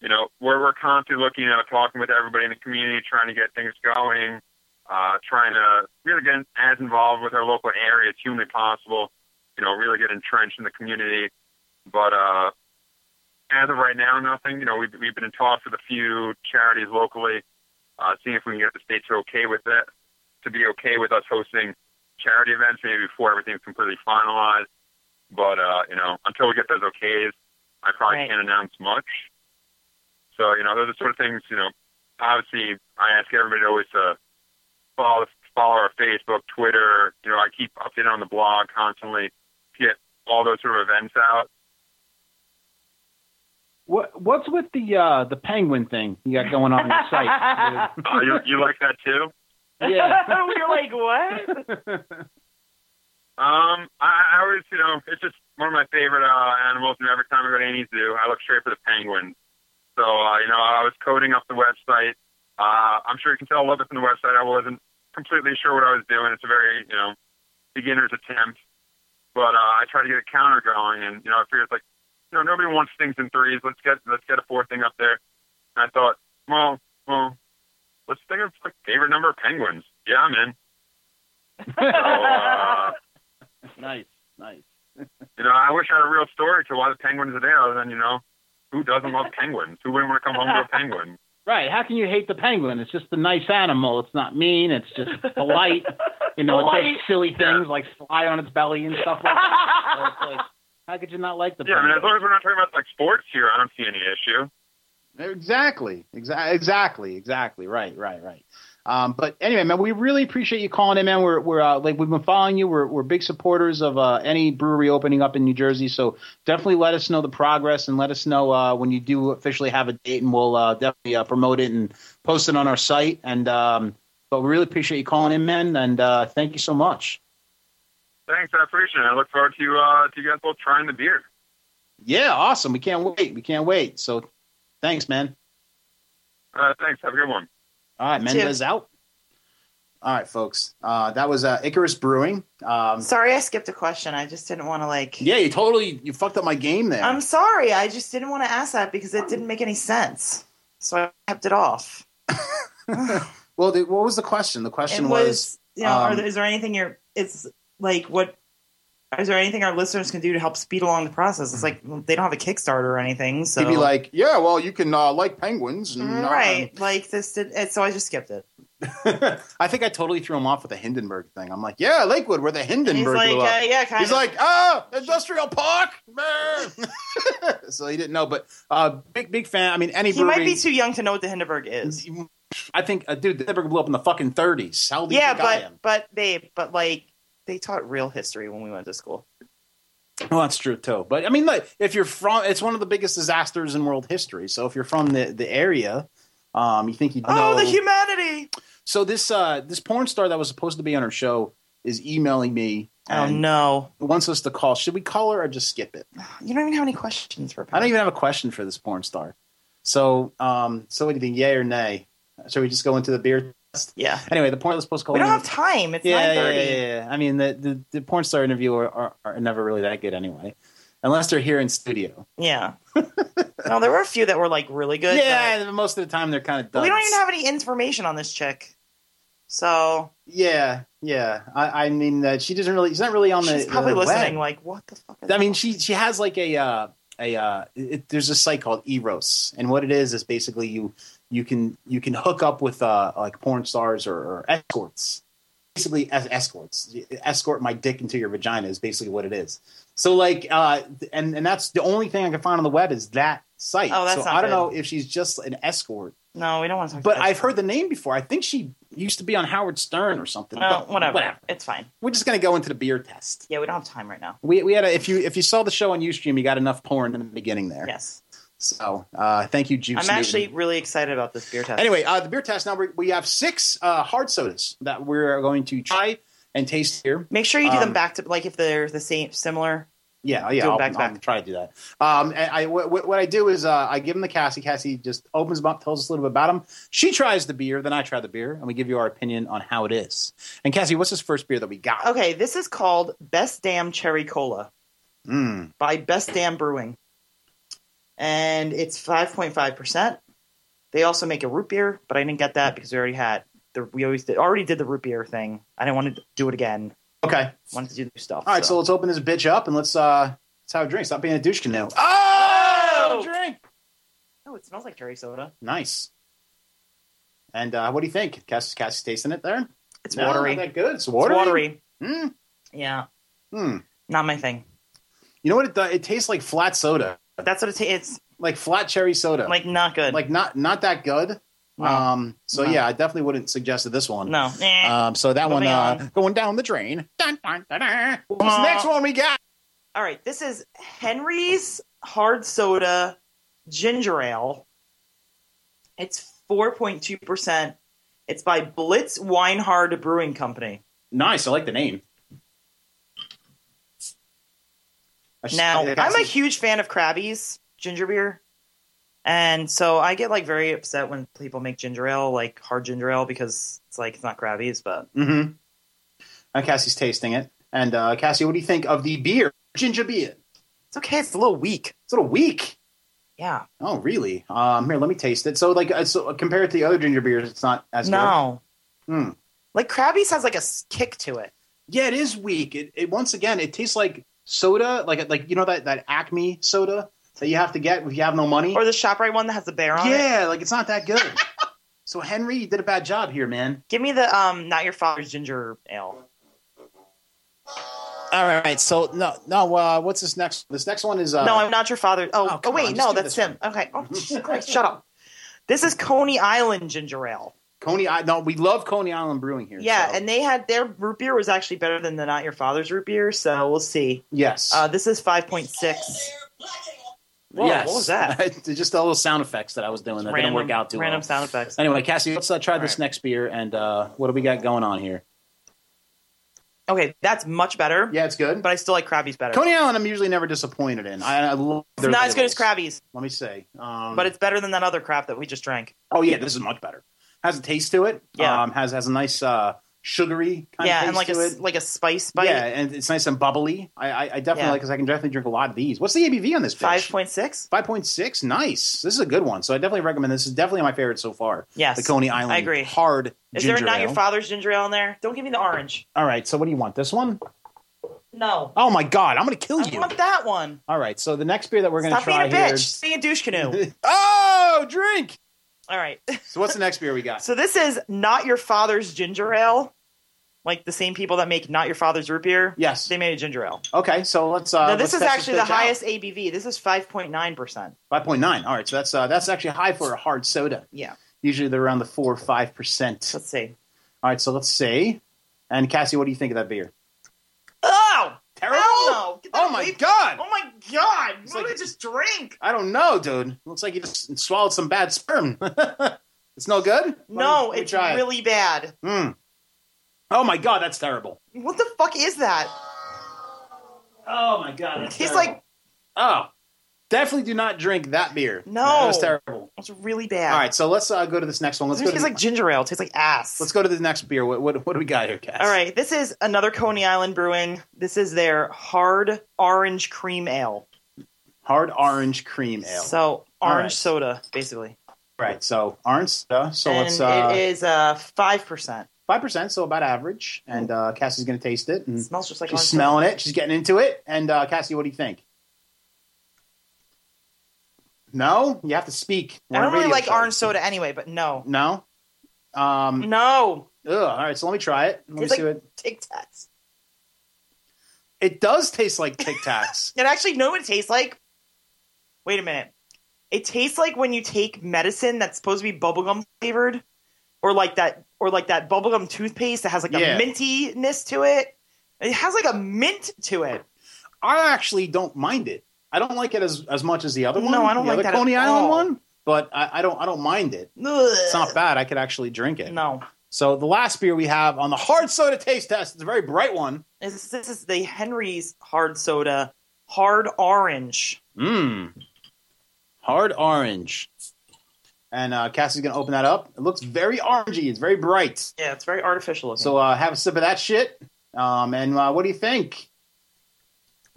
S6: you know, we're we're constantly looking at talking with everybody in the community, trying to get things going, uh, trying to really get as involved with our local area as humanly possible. You know, really get entrenched in the community. But uh, as of right now, nothing. You know, we've we've been in talks with a few charities locally, uh, seeing if we can get the state to okay with it to be okay with us hosting charity events maybe before everything's completely finalized. But uh, you know, until we get those okays, I probably
S5: Right.
S6: can't announce much. So you know, those are the sort of things. You know, obviously, I ask everybody to always to follow follow our Facebook, Twitter. You know, I keep updating on the blog constantly to get all those sort of events out.
S4: What What's with the uh, the penguin thing you got going on your site? dude?
S6: Uh, you, you like that too?
S4: Yeah.
S5: we were like, what?
S6: Um, I, I always, you know, it's just one of my favorite uh, animals, and every time I go to any zoo, I look straight for the penguins. So, uh, you know, I was coding up the website. Uh, I'm sure you can tell a little bit from the website. I wasn't completely sure what I was doing. It's a very, you know, beginner's attempt. But uh, I tried to get a counter going, and you know, I figured like, you know, nobody wants things in threes. Let's get let's get a four thing up there. And I thought, well, well, let's think of like favorite number of penguins. Yeah, I'm in. So, uh,
S4: nice. Nice.
S6: You know, I wish I had a real story to why the penguins are there, other than, you know, who doesn't love penguins? Who wouldn't want to come home to a penguin?
S4: Right. How can you hate the penguin? It's just a nice animal. It's not mean. It's just polite. You know, it
S5: Polite.
S4: does silly things like fly on its belly and stuff like that. So it's like, how could you not like the
S6: Yeah, I mean, as
S4: penguin?
S6: long as we're not talking about, like, sports here, I don't see any issue.
S4: Exactly. Exactly. Exactly. Exactly. Right. Right. Right. Um, but anyway, man, we really appreciate you calling in, man. We're we're uh, like we've been following you. We're we're big supporters of uh, any brewery opening up in New Jersey. So definitely let us know the progress and let us know uh, when you do officially have a date, and we'll uh, definitely uh, promote it and post it on our site. And um, but we really appreciate you calling in, man, and uh, thank you so much.
S6: Thanks, I appreciate it. I look forward to, uh, to you guys both trying the beer.
S4: Yeah, awesome. We can't wait. We can't wait. So thanks, man.
S6: Uh, thanks. Have a good one.
S4: All right, Mendez out. All right, folks. Uh, that was uh, Icarus Brewing. Um,
S5: sorry, I skipped a question. I just didn't want to like.
S4: yeah, you totally you fucked up my game there.
S5: I'm sorry. I just didn't want to ask that because it didn't make any sense. So I kept it off.
S4: well, the, what was the question? The question
S5: it
S4: was,
S5: was, you know,
S4: um,
S5: are there, is there anything you're? It's like what? Is there anything our listeners can do to help speed along the process? It's like well, they don't have a Kickstarter or anything, so Mm,
S4: he'd be like, "Yeah, well, you can uh, like penguins." And, uh,
S5: right? Like this, did, and so I just skipped it.
S4: I think I totally threw him off with the Hindenburg thing. I'm like, "Yeah, Lakewood, where the
S5: And he's
S4: Hindenburg
S5: like,
S4: blew up."
S5: uh, yeah, kind
S4: He's
S5: of.
S4: like, ah, industrial park. so he didn't know, but uh, big, big fan. I mean, any
S5: he might
S4: brewery-
S5: be too young to know what the Hindenburg is.
S4: I think, uh, dude, the Nipperger blew up in the fucking 30s. How old do you
S5: yeah,
S4: think I
S5: but
S4: am?
S5: but babe, but like they taught real history when we went to school.
S4: Well, that's true too. But I mean, look, if you're from, it's one of the biggest disasters in world history. So if you're from the the area, um, you think you'd know.
S5: Oh, the humanity!
S4: so this uh, this porn star that was supposed to be on our show is emailing me
S5: Oh
S4: and
S5: no,
S4: wants us to call. Should we call her or just skip it?
S5: you don't even have any questions for.
S4: I don't even have a question for this porn star. So, um, so what do you think, yay or nay? Should we just go into the beer?
S5: Yeah,
S4: Anyway, the porn was supposed to call.
S5: we don't
S4: in-
S5: have time. It's
S4: Oh, yeah,
S5: nine
S4: yeah,
S5: thirty.
S4: yeah, yeah. I mean, the, the, the porn star interviewer are, are never really that good anyway, unless they're here in studio.
S5: Yeah. no, there were a few that were like really good.
S4: yeah, most of the time they're kind of
S5: but
S4: duds.
S5: we don't even have any information on this chick. So
S4: Yeah, yeah. I, I mean, uh, she doesn't really. She's not really on the.
S5: she's probably
S4: the
S5: listening.
S4: web.
S5: Like, what the fuck? Is
S4: I mean, she she has like a uh, a uh, it, there's a site called Eros, and what it is is basically you you can you can hook up with uh, like porn stars or, or escorts, basically as escorts. Escort my dick into your vagina is basically what it is. So like, uh, and and that's the only thing I can find on the web is that site.
S5: Oh,
S4: so
S5: that's not
S4: I don't
S5: good.
S4: know if she's just an escort
S5: no, we don't want to talk.
S4: But
S5: about
S4: I've heard the name before. I think she used to be on Howard Stern or something.
S5: No,
S4: But
S5: whatever. It's fine.
S4: We're just gonna go into the beer test.
S5: Yeah, we don't have time right now.
S4: We, we had a, if you if you saw the show on UStream, you got enough porn in the beginning there.
S5: Yes,
S4: So uh, thank you, Juice.
S5: I'm
S4: Newton.
S5: actually really excited about this beer test.
S4: Anyway, uh, the beer test. Now we, we have six uh, hard sodas that we're going to try and taste here.
S5: make sure you do
S4: um,
S5: them back to like if they're the same, similar.
S4: Yeah,
S5: Do
S4: yeah.
S5: it
S4: I'll,
S5: back to
S4: I'll
S5: back.
S4: try to do that. Um, and I what, what what I do is uh, I give them the Cassie. Cassie just opens them up, tells us a little bit about them. She tries the beer, then I try the beer, and we give you our opinion on how it is. And Cassie, what's this first beer that we got?
S5: Okay, this is called Best Damn Cherry Cola
S4: Mm.
S5: by Best Damn Brewing, and it's 5.5 percent. They also make a root beer, but I didn't get that because we already had the we always did, already did the root beer thing. I didn't want to do it again.
S4: Okay.
S5: wanted to do new stuff.
S4: All right. So. let's open this bitch up and let's uh let's have a drink. Stop being a douche Ah! canoe. Oh, drink.
S5: oh, it smells like cherry soda.
S4: Nice. And uh, what do you think? Cass, Cass tasting it there?
S5: It's
S4: No,
S5: watery.
S4: Not that good. It's
S5: It's
S4: watery.
S5: watery.
S4: Mm.
S5: Yeah,
S4: Mm.
S5: not my thing.
S4: You know what? It, does? it tastes like flat soda,
S5: That's what it tastes.
S4: like flat cherry soda.
S5: Like not good.
S4: like not not that good.
S5: No.
S4: Um. So
S5: No.
S4: yeah, I definitely wouldn't suggest this one.
S5: no. Eh.
S4: Um. So that one
S5: Moving
S4: uh,
S5: on.
S4: going down the drain. Dun, dun, dun, dun. What's
S5: Uh,
S4: the next one we got?
S5: All right, this is Henry's Hard Soda Ginger Ale. It's 4.2%. It's by Blitz Weinhard Brewing Company.
S4: Nice. I like the name. I should-
S5: Now,
S4: I-
S5: I'm a huge fan of Krabby's ginger beer. And so I get like very upset when people make ginger ale, like hard ginger ale, because it's like it's not Krabby's, but
S4: Mm-hmm. And Cassie's tasting it. And uh, Cassie, what do you think of the beer? Ginger beer.
S5: it's okay. It's a little weak.
S4: It's a little weak.
S5: Yeah.
S4: Oh, really? Um, here, let me taste it. So, like, uh, so compared to the other ginger beers, it's not as
S5: no.
S4: good. Hmm.
S5: Like Krabby's has like a s- kick to it.
S4: Yeah, it is weak. It, it once again, it tastes like soda, like uh, like you know that that Acme soda that you have to get if you have no money.
S5: Or the ShopRite one that has the bear on it.
S4: yeah, like it's not that good. so Henry, you did a bad job here, man.
S5: Give me the um, not your father's ginger ale.
S4: All right, So no, no. Uh, what's this next? This next one is uh,
S5: no, I'm not your father. Oh,
S4: Oh,
S5: oh,
S4: come
S5: wait,
S4: on, just
S5: no,
S4: do
S5: that's
S4: this
S5: him. Okay. Oh, Jesus Christ, shut up. This is Coney Island ginger ale.
S4: Coney. I, no, we love Coney Island Brewing here.
S5: Yeah,
S4: so-
S5: and they had their root beer was actually better than the not your father's root beer. So we'll see.
S4: yes,
S5: Uh, this is five point six. Whoa,
S4: yes.
S5: What was that?
S4: It's just the little sound effects that I was doing that didn't work out too
S5: random
S4: well.
S5: sound effects.
S4: Anyway, Cassie, let's uh, try
S5: All
S4: this
S5: right.
S4: next beer and uh, what do we got going on here?
S5: Okay, that's much better.
S4: Yeah, it's good.
S5: but I still like Krabby's better.
S4: Coney Island, I'm usually never disappointed in. I, I love
S5: it's
S4: their
S5: not as good as
S4: labels.
S5: Krabby's,
S4: Let me say, um,
S5: but it's better than that other crap that we just drank.
S4: oh yeah, this is much better. Has a taste to it.
S5: Yeah.
S4: um, has has a nice uh, sugary kind
S5: yeah,
S4: of
S5: and
S4: taste
S5: like a
S4: to
S5: s-
S4: it.
S5: like a spice bite.
S4: Yeah, and it's nice and bubbly. I I, I definitely
S5: Yeah.
S4: like because I can definitely drink a lot of these. What's the ABV on this? bitch?
S5: Five point six.
S4: Five point six, nice. This is a good one. So I definitely recommend this. This Is definitely my favorite so far.
S5: Yes.
S4: the Coney Island.
S5: I agree.
S4: Hard.
S5: Is
S4: ginger
S5: there not
S4: ale.
S5: your father's ginger ale in there? Don't give me the orange.
S4: All right. So what do you want? This one?
S5: No.
S4: Oh my god! I'm gonna kill
S5: I
S4: you.
S5: want that one.
S4: All right. So the next beer that we're gonna
S5: Stop being
S4: try
S5: a bitch.
S4: here.
S5: Stay a douche canoe.
S4: oh, drink.
S5: All right.
S4: So what's the next beer we got?
S5: So this is not your father's ginger ale. Like the same people that make not your father's root beer.
S4: Yes.
S5: They made a ginger ale.
S4: Okay. So let's. Uh,
S5: now this is actually the highest ABV. This is 5.9%.
S4: Five point nine. All right. So that's uh, that's actually high for a hard soda.
S5: Yeah.
S4: Usually they're around the four or five percent.
S5: Let's see.
S4: All right, so let's see. And Cassie, what do you think of that beer?
S5: Oh!
S4: Terrible.
S5: Ow! Get that
S4: Oh my
S5: away-
S4: god!
S5: Oh my god!
S4: It's
S5: What
S4: like-
S5: did I just drink?
S4: I don't know, dude. Looks like you just swallowed some bad sperm. it's no good. Let me-
S5: no,
S4: let me
S5: it's
S4: try it.
S5: really bad.
S4: Mm. Oh my god, that's terrible.
S5: What the fuck is that?
S4: Oh my god, that's
S5: Tastes
S4: terrible.
S5: like
S4: oh, definitely do not drink that beer.
S5: No.
S4: that was terrible.
S5: it's really bad.
S4: All right, so let's uh, go to this next one. Let's
S5: It
S4: go to
S5: tastes
S4: the-
S5: like ginger ale. It tastes like ass.
S4: let's go to the next beer. What what, what do we got here, Cass?
S5: All right, this is another Coney Island Brewing. This is their hard orange cream ale.
S4: hard orange cream ale.
S5: So
S4: All
S5: orange
S4: right.
S5: soda, basically.
S4: right, so orange. soda. So
S5: and
S4: it's uh,
S5: it is five percent.
S4: five percent, so about average. And uh, Cassie's gonna taste it, and
S5: It smells just like
S4: she's
S5: orange.
S4: smelling it. She's getting into it. And uh, Cassie, what do you think? No, you have to speak.
S5: soda. I
S4: We're
S5: don't
S4: a
S5: really
S4: radio
S5: like
S4: show.
S5: orange soda anyway, but no,
S4: No. Um,
S5: no,
S4: Ugh, all right, so let me try it. Let me
S5: Tastes
S4: see
S5: like-
S4: what
S5: Tic Tacs.
S4: it does taste like Tic Tacs.
S5: And actually, know what it tastes like? Wait a minute. It tastes like when you take medicine that's supposed to be bubblegum flavored, or like that, or like that bubblegum toothpaste that has like
S4: Yeah.
S5: a mintiness to it. It has like a mint to it.
S4: I actually don't mind it. I don't like it as as much as the other one.
S5: No, I don't
S4: the
S5: like
S4: other
S5: that at
S4: Coney Island
S5: all.
S4: one, but I, I don't I don't mind it. It's not bad. I could actually drink it.
S5: No,
S4: So the last beer we have on the hard soda taste test, it's a very bright one.
S5: this is, this is the Henry's hard soda, hard orange.
S4: Mmm. Hard orange. And uh, Cassie's gonna open that up. It looks very orangey. It's very bright.
S5: Yeah, it's very artificial. Looking.
S4: So uh, have a sip of that shit. Um, and uh, what do you think?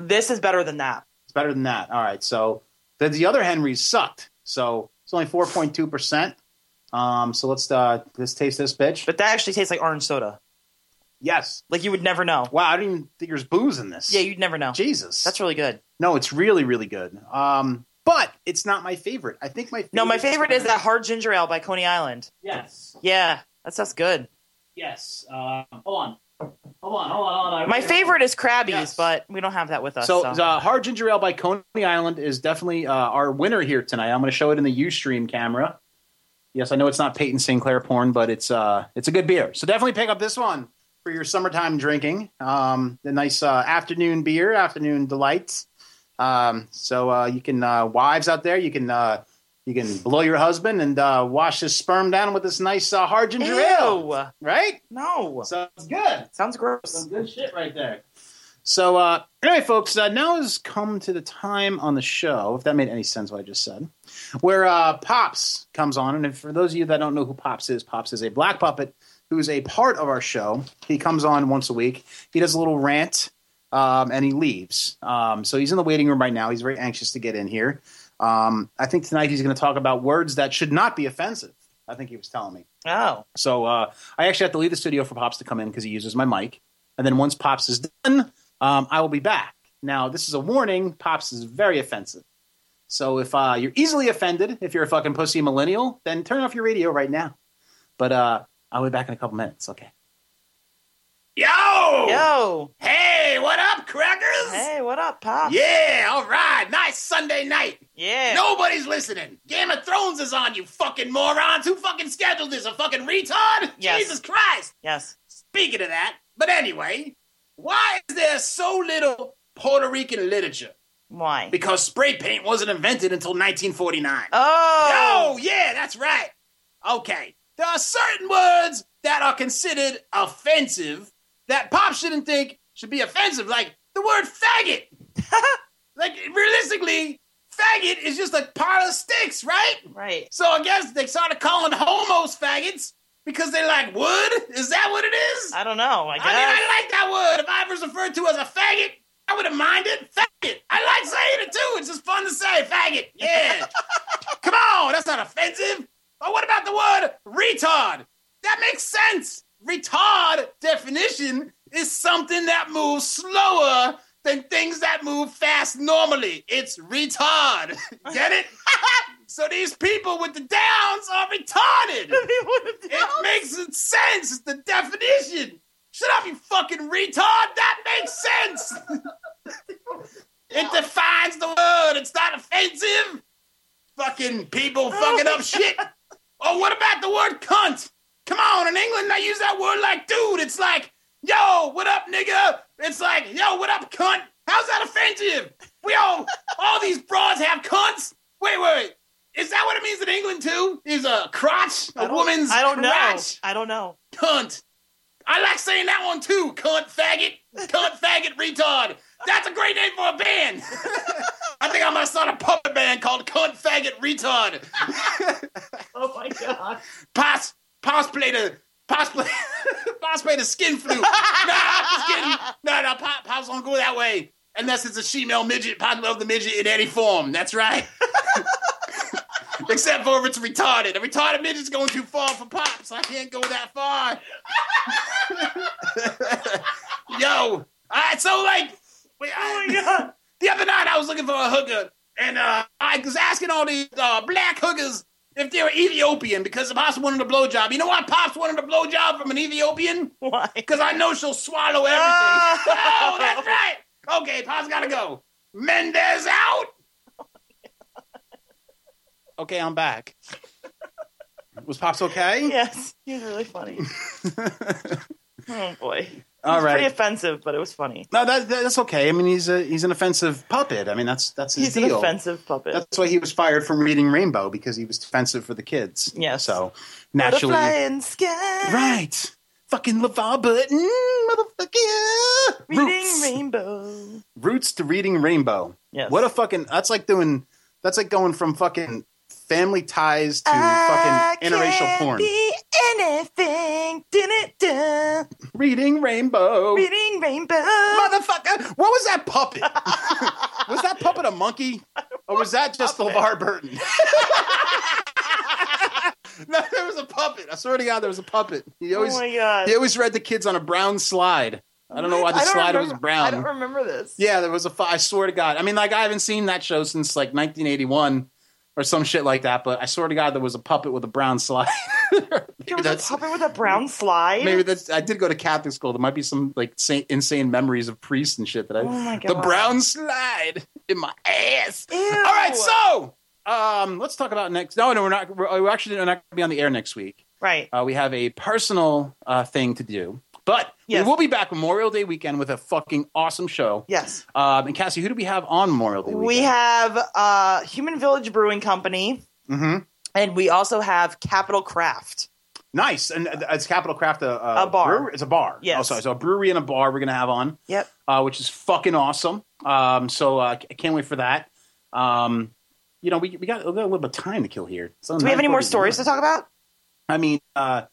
S5: this is better than that.
S4: It's better than that. All right. So the, the other Henrys sucked. So it's only 4.2%. Um, so let's uh, let's taste this bitch.
S5: But that actually tastes like orange soda.
S4: yes.
S5: Like you would never know.
S4: Wow. I didn't even think there's booze in this.
S5: Yeah, you'd never know.
S4: Jesus.
S5: That's really good.
S4: no, it's really, really good. Um, but it's not my favorite. I think my favorite
S5: No, my favorite is that hard ginger ale by Coney Island.
S4: Yes.
S5: Yeah, that's that's good.
S4: Yes. Uh, hold on. Hold on. Hold on. Hold on.
S5: My favorite is Krabby's,
S4: Yes.
S5: but we don't have that with us.
S4: So,
S5: So,
S4: uh, hard ginger ale by Coney Island is definitely uh, our winner here tonight. I'm going to show it in the UStream camera. Yes, I know it's not Peyton Sinclair porn, but it's uh, it's a good beer. So definitely pick up this one for your summertime drinking. Um, the nice uh, afternoon beer, afternoon delight. Um, so uh, you can uh, wives out there, you can uh, you can blow your husband and uh, wash his sperm down with this nice uh, hard ginger ale,
S5: Ew.
S4: right?
S5: No.
S4: So it's good.
S5: Sounds gross.
S4: Some good shit right there. So, uh, anyway, folks, uh, now has come to the time on the show, if that made any sense what I just said, where uh, Pops comes on. And if, for those of you that don't know who Pops is, Pops is a black puppet who is a part of our show. He comes on once a week, he does a little rant, um, and he leaves. Um, so, he's in the waiting room right now. He's very anxious to get in here. Um, I think tonight he's going to talk about words that should not be offensive. I think he was telling me.
S5: Oh.
S4: So uh, I actually have to leave the studio for Pops to come in because he uses my mic. And then once Pops is done, um, I will be back. Now, this is a warning. Pops is very offensive. So if uh, you're easily offended, if you're a fucking pussy millennial, then turn off your radio right now. But uh, I'll be back in a couple minutes. Okay. Yo!
S5: Oh. Yo.
S4: Hey, what up, crackers?
S5: Hey, what up, Pop?
S4: Yeah, all right. Nice Sunday night.
S5: Yeah.
S4: Nobody's listening. Game of Thrones is on, you fucking morons. Who fucking scheduled this? A fucking retard?
S5: Yes.
S4: Jesus Christ.
S5: Yes.
S4: Speaking of that, but anyway, why is there so little Puerto Rican literature?
S5: Why?
S4: Because spray paint wasn't invented until 1949.
S5: oh.
S4: Oh, yeah, that's right. Okay. There are certain words that are considered offensive that Pop shouldn't think should be offensive, like the word faggot. like, realistically, faggot is just a pile of sticks, right?
S5: Right.
S4: So I guess they started calling homos faggots because they like wood? Is that what it is?
S5: I don't know. I
S4: I
S5: guess.
S4: mean, I like that word. If I was referred to as a faggot, I would have minded. Faggot. I like saying it too. It's just fun to say. Faggot. Yeah. Come on. That's not offensive. But what about the word retard? That makes sense. Retard definition is something that moves slower than things that move fast normally. It's retard. Get it? so these people with the downs are retarded. It makes sense. It's the definition. Shut up, you fucking retard. That makes sense. it defines the word. It's not offensive. Fucking people fucking up shit. Oh, what about the word cunt? Come on, in England they use that word like dude. It's like, yo, what up, nigga? It's like, yo, what up, cunt? How's that offensive? We all, all these broads have cunts. Wait, wait, is that what it means in England too? Is a crotch
S5: I
S4: a
S5: don't-
S4: woman's
S5: I don't
S4: crotch?
S5: know. I don't know.
S4: Cunt. I like saying that one too. Cunt, faggot, cunt, faggot, retard. That's a great name for a band. I think I'm gonna start a puppet band called Cunt, faggot, retard.
S5: Oh my god.
S4: Pass, pass play the pass play, pass play the skin flu. nah, I'm just kidding. No, no, pop, pops don't go that way unless it's a female midget. Pops love the midget in any form. That's right. Except for if it's retarded. A retarded midget's going too far for pops. I can't go that far. Yo, all right. So like, wait,
S5: Oh
S4: I-
S5: my god.
S4: the other night I was looking for a hooker, and uh, I was asking all these uh, black hookers if they were Ethiopian because Pops wanted a blowjob. You know why Pops wanted a blowjob from an Ethiopian?
S5: Why?
S4: Because I know she'll swallow everything.
S5: Oh.
S4: oh, that's right. Okay, Pops gotta go. Mendez out. Okay, I'm back. Was Pops okay?
S5: Yes, he's really funny. oh boy.
S4: All
S5: It's pretty
S4: right.
S5: offensive, but it was funny.
S4: No, that, that- that's okay. I mean, he's a he's an offensive puppet. I mean, that's that's his
S5: He's
S4: deal.
S5: an offensive puppet.
S4: That's why he was fired from reading Rainbow because he was defensive for the kids.
S5: Yes.
S4: So
S5: Butterfly
S4: naturally,
S5: in sky.
S4: right? Fucking LeVar Burton, motherfucker.
S5: Reading
S4: roots.
S5: rainbow.
S4: roots to reading Rainbow.
S5: Yes.
S4: What a fucking. That's like doing. That's like going from fucking family ties to
S5: I
S4: fucking interracial
S5: can't
S4: porn.
S5: Be anything. Dun-dun-dun.
S4: reading Rainbow.
S5: Reading rainbow.
S4: Motherfucker, what was that puppet? was that puppet a monkey, or was that just LeVar Burton? no, there was a puppet. I swear to God, there was a puppet. He always
S5: oh my god.
S4: he always read the kids on a brown slide. I don't know why
S5: What?
S4: the
S5: I don't
S4: slide was
S5: remember- I don't
S4: brown.
S5: remember this.
S4: Yeah, there was a. fi- I swear to God. I mean, like I haven't seen that show since like 1981 or some shit like that. But I swear to God, there was a puppet with a brown slide.
S5: There was
S4: That's-
S5: a puppet with a brown slide.
S4: Maybe that's. I did go to Catholic school. There might be some like sa- insane memories of priests and shit that I.
S5: Oh my god.
S4: The brown slide in my ass.
S5: Ew.
S4: All right, so um, let's talk about next. No, no, we're not. We're, we're actually not going to be on the air next week.
S5: Right.
S4: Uh, we have a personal uh, thing to do, but
S5: Yes.
S4: we will be back Memorial Day weekend with a fucking awesome show.
S5: Yes.
S4: Um, and Cassie, who do Oh, we have on Memorial Day? Weekend?
S5: We have uh, Human Village Brewing Company,
S4: Mhm.
S5: and we also have Capital Craft.
S4: nice, and uh, it's Capital Craft a,
S5: A bar.
S4: brewery- It's a bar.
S5: Yes.
S4: Oh, sorry. So a brewery and a bar we're going to have on.
S5: Yep.
S4: uh, which is fucking awesome. Um, so uh, I can't wait for that. Um, you know, we, we got a little bit of time to kill here. So
S5: Do we have any more stories to talk about?
S4: I mean, uh,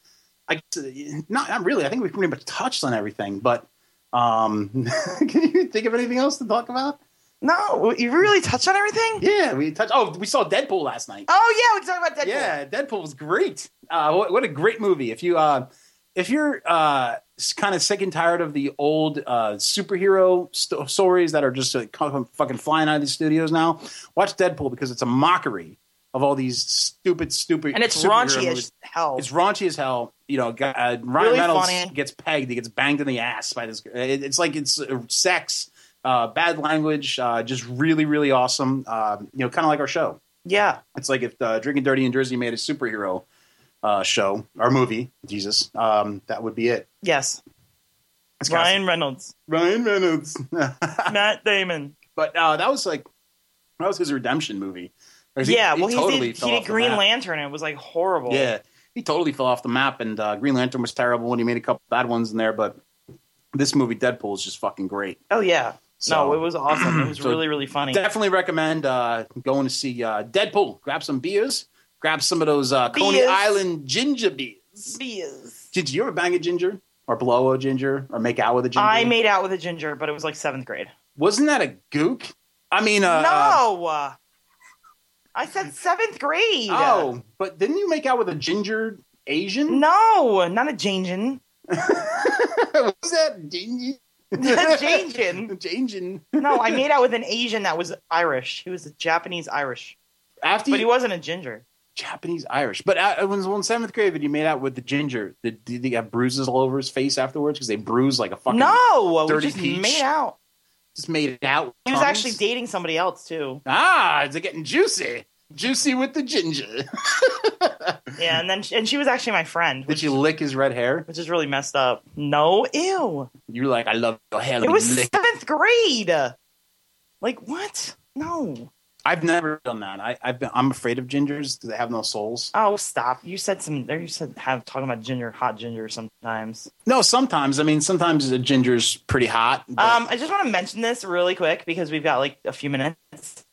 S4: I guess uh, not, not really. I think we pretty much touched on everything. But um, can you think of anything else to talk about?
S5: No, you really touched on everything.
S4: Yeah, we touched. Oh, we saw Deadpool last night.
S5: Oh yeah, we can talk about Deadpool.
S4: Yeah, Deadpool was great. Uh, what, what a great movie! If you uh, if you're uh, kind of sick and tired of the old uh, superhero sto- stories that are just uh, come- fucking flying out of these studios now, watch Deadpool because it's a mockery of all these stupid, stupid,
S5: and it's
S4: superhero
S5: raunchy
S4: movies.
S5: as hell.
S4: It's raunchy as hell. You know, got- uh, Ryan
S5: Really
S4: Reynolds
S5: funny.
S4: gets pegged. He gets banged in the ass by this. It, it's like it's uh, sex, uh, bad language, uh, just really, really awesome. Um, you know, kind of like our show.
S5: yeah,
S4: It's like if uh, Drinking Dirty in Jersey made a superhero uh, show or movie, Jesus, um, that would be it.
S5: yes.
S4: It's got
S5: Ryan Reynolds,
S4: some- Ryan Reynolds.
S5: Matt Damon.
S4: but uh, that was like that was his redemption movie. 'Cause
S5: yeah, well, he,
S4: totally
S5: did,
S4: fell
S5: he did
S4: off the
S5: Green
S4: map.
S5: Lantern. and It was like horrible.
S4: Yeah, he totally fell off the map, and uh, Green Lantern was terrible, and he made a couple bad ones in there. But this movie, Deadpool, is just fucking great.
S5: Oh yeah.
S4: So-
S5: no, it was awesome. It was
S4: So-
S5: really really funny.
S4: Definitely recommend uh, going to see uh, Deadpool. Grab some beers. Grab some of those uh, Coney
S5: Beers.
S4: Island ginger beers.
S5: Beers.
S4: Did you ever bang a ginger or blow a ginger or make out with a ginger?
S5: I made out with a ginger, but it was like seventh grade.
S4: Wasn't that a gook? I mean, uh,
S5: no, I said seventh grade.
S4: Oh, but didn't you make out with a ginger Asian?
S5: no, not a Jangin.
S4: was that ginger?
S5: Jangin.
S4: Asian.
S5: No, I made out with an Asian that was Irish. He was a Japanese Irish,
S4: After
S5: but he
S4: you,
S5: wasn't a ginger.
S4: Japanese Irish. But uh, when when seventh grade, when you made out with the ginger, did, did he have bruises all over his face afterwards? Because they bruise like a fucking.
S5: No, we
S4: dirty
S5: just
S4: peach.
S5: made out.
S4: Just made it out. with
S5: He was
S4: tongues?
S5: actually dating somebody else too.
S4: Ah, it's getting juicy. Juicy with the ginger.
S5: yeah, and then she, and she was actually my friend,
S4: Did
S5: which,
S4: you lick his red hair?
S5: which is really messed up. No, ew.
S4: You're like, I love your hair. Let
S5: It
S4: me
S5: was
S4: lick.
S5: seventh grade. Like what? No.
S4: I've never done that. I, I've been, I'm afraid of gingers because they have no souls.
S5: Oh, stop. You said some. There you said have talking about ginger, hot ginger sometimes.
S4: No, sometimes. I mean, sometimes a ginger's pretty hot. but-
S5: Um, I just want to mention this really quick because we've got like a few minutes.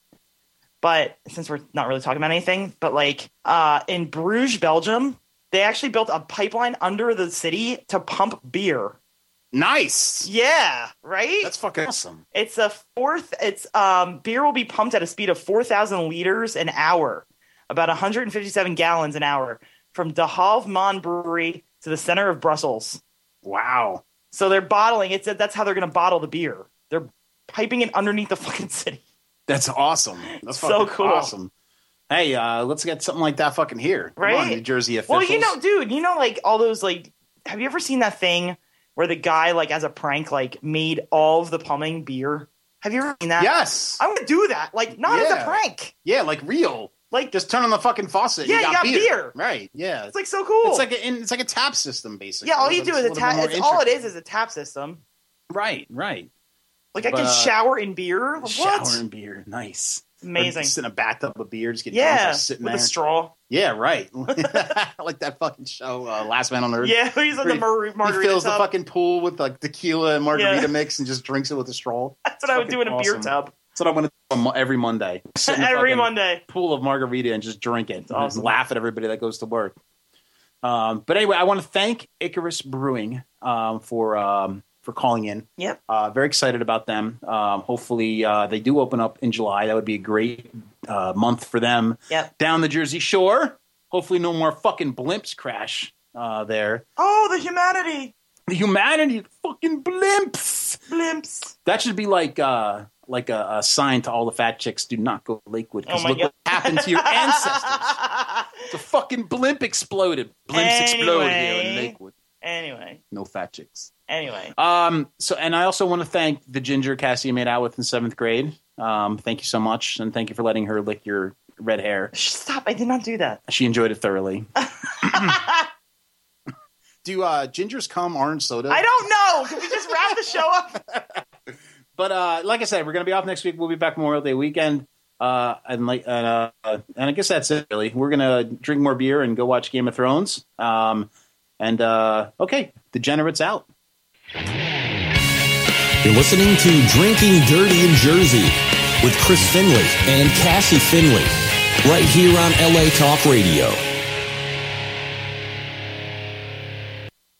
S5: But since we're not really talking about anything, but like uh, in Bruges, Belgium, they actually built a pipeline under the city to pump beer.
S4: nice.
S5: Yeah, right.
S4: That's fucking awesome.
S5: It's a fourth. It's um, beer will be pumped at a speed of four thousand liters an hour, about one hundred and fifty-seven gallons an hour, from De Halve Brewery to the center of Brussels.
S4: Wow.
S5: So they're bottling. It's that's how they're going to bottle the beer. They're piping it underneath the fucking city.
S4: That's awesome. That's
S5: So
S4: fucking
S5: cool.
S4: awesome. Hey, uh, let's get something like that fucking here. Come
S5: Right?
S4: on, New Jersey officials.
S5: Well, you know, dude, you know, like all those like. Have you ever seen that thing where the guy, like, as a prank, like made all of the plumbing beer? Have you ever seen that?
S4: Yes.
S5: I'm gonna do that. Like, not as
S4: Yeah.
S5: a prank.
S4: yeah, like real.
S5: Like,
S4: Just turn on the fucking faucet.
S5: Yeah,
S4: you
S5: you
S4: got,
S5: got beer.
S4: Right. Yeah.
S5: it's like so cool.
S4: It's like a in- it's like a tap system basically.
S5: Yeah, all
S4: but
S5: you do
S4: it's
S5: is a
S4: little
S5: tap.
S4: bit more
S5: It's all it
S4: intricate.
S5: is is a tap system.
S4: Right, right.
S5: Like I
S4: But,
S5: can
S4: uh,
S5: shower in beer. Like,
S4: Shower
S5: what?
S4: and beer, nice. Or
S5: Amazing.
S4: Just in a bathtub of beer, just get drunk,
S5: Yeah,
S4: just sitting
S5: with
S4: there.
S5: a straw.
S4: yeah, right. like that fucking show, uh, Last Man on Earth.
S5: Yeah, he's in the
S4: He-
S5: mar- margarita
S4: he fills
S5: tub.
S4: the fucking pool with like tequila and margarita
S5: Yeah.
S4: mix and just drinks it with a straw.
S5: That's what I would do in a
S4: awesome.
S5: beer tub
S4: That's what I'm going to do on Mo- every Monday. Sit in the
S5: every
S4: fucking
S5: Monday.
S4: Pool of margarita and just drink it. And
S5: awesome.
S4: laugh at everybody that goes to work. Um, but anyway, I want to thank Icarus Brewing um, for um, for calling in.
S5: Yep.
S4: Uh, very excited about them. Um, hopefully, uh, they do open up in July. That would be a great uh, month for them
S5: Yep.
S4: down the Jersey Shore. Hopefully, no more fucking blimps crash uh, there.
S5: Oh, the humanity
S4: The humanity fucking blimps.
S5: blimps.
S4: That should be like uh, like a, a sign to all the fat chicks: do not go to Lakewood because
S5: Oh my
S4: look what happened to your ancestors. The fucking blimp exploded. Blimps exploded here in
S5: Anyway.
S4: Lakewood.
S5: anyway,
S4: No fat chicks.
S5: anyway.
S4: Um, so, and I also want to thank the ginger Cassie made out with in seventh grade. Um, thank you so much, and thank you for letting her lick your red hair.
S5: Shh, Stop! I did not do that.
S4: She enjoyed it thoroughly. Do uh, gingers come orange soda?
S5: I don't know. Can we just wrap the show up?
S4: But uh, like I said, we're gonna be off next week. We'll be back Memorial Day weekend. Uh, and like, uh, and I guess that's it. Really, we're gonna drink more beer and go watch Game of Thrones. Um, and uh, okay, degenerates out.
S2: You're listening to Drinking Dirty in Jersey with Chris Finley and Cassie Finley right here on LA Talk Radio.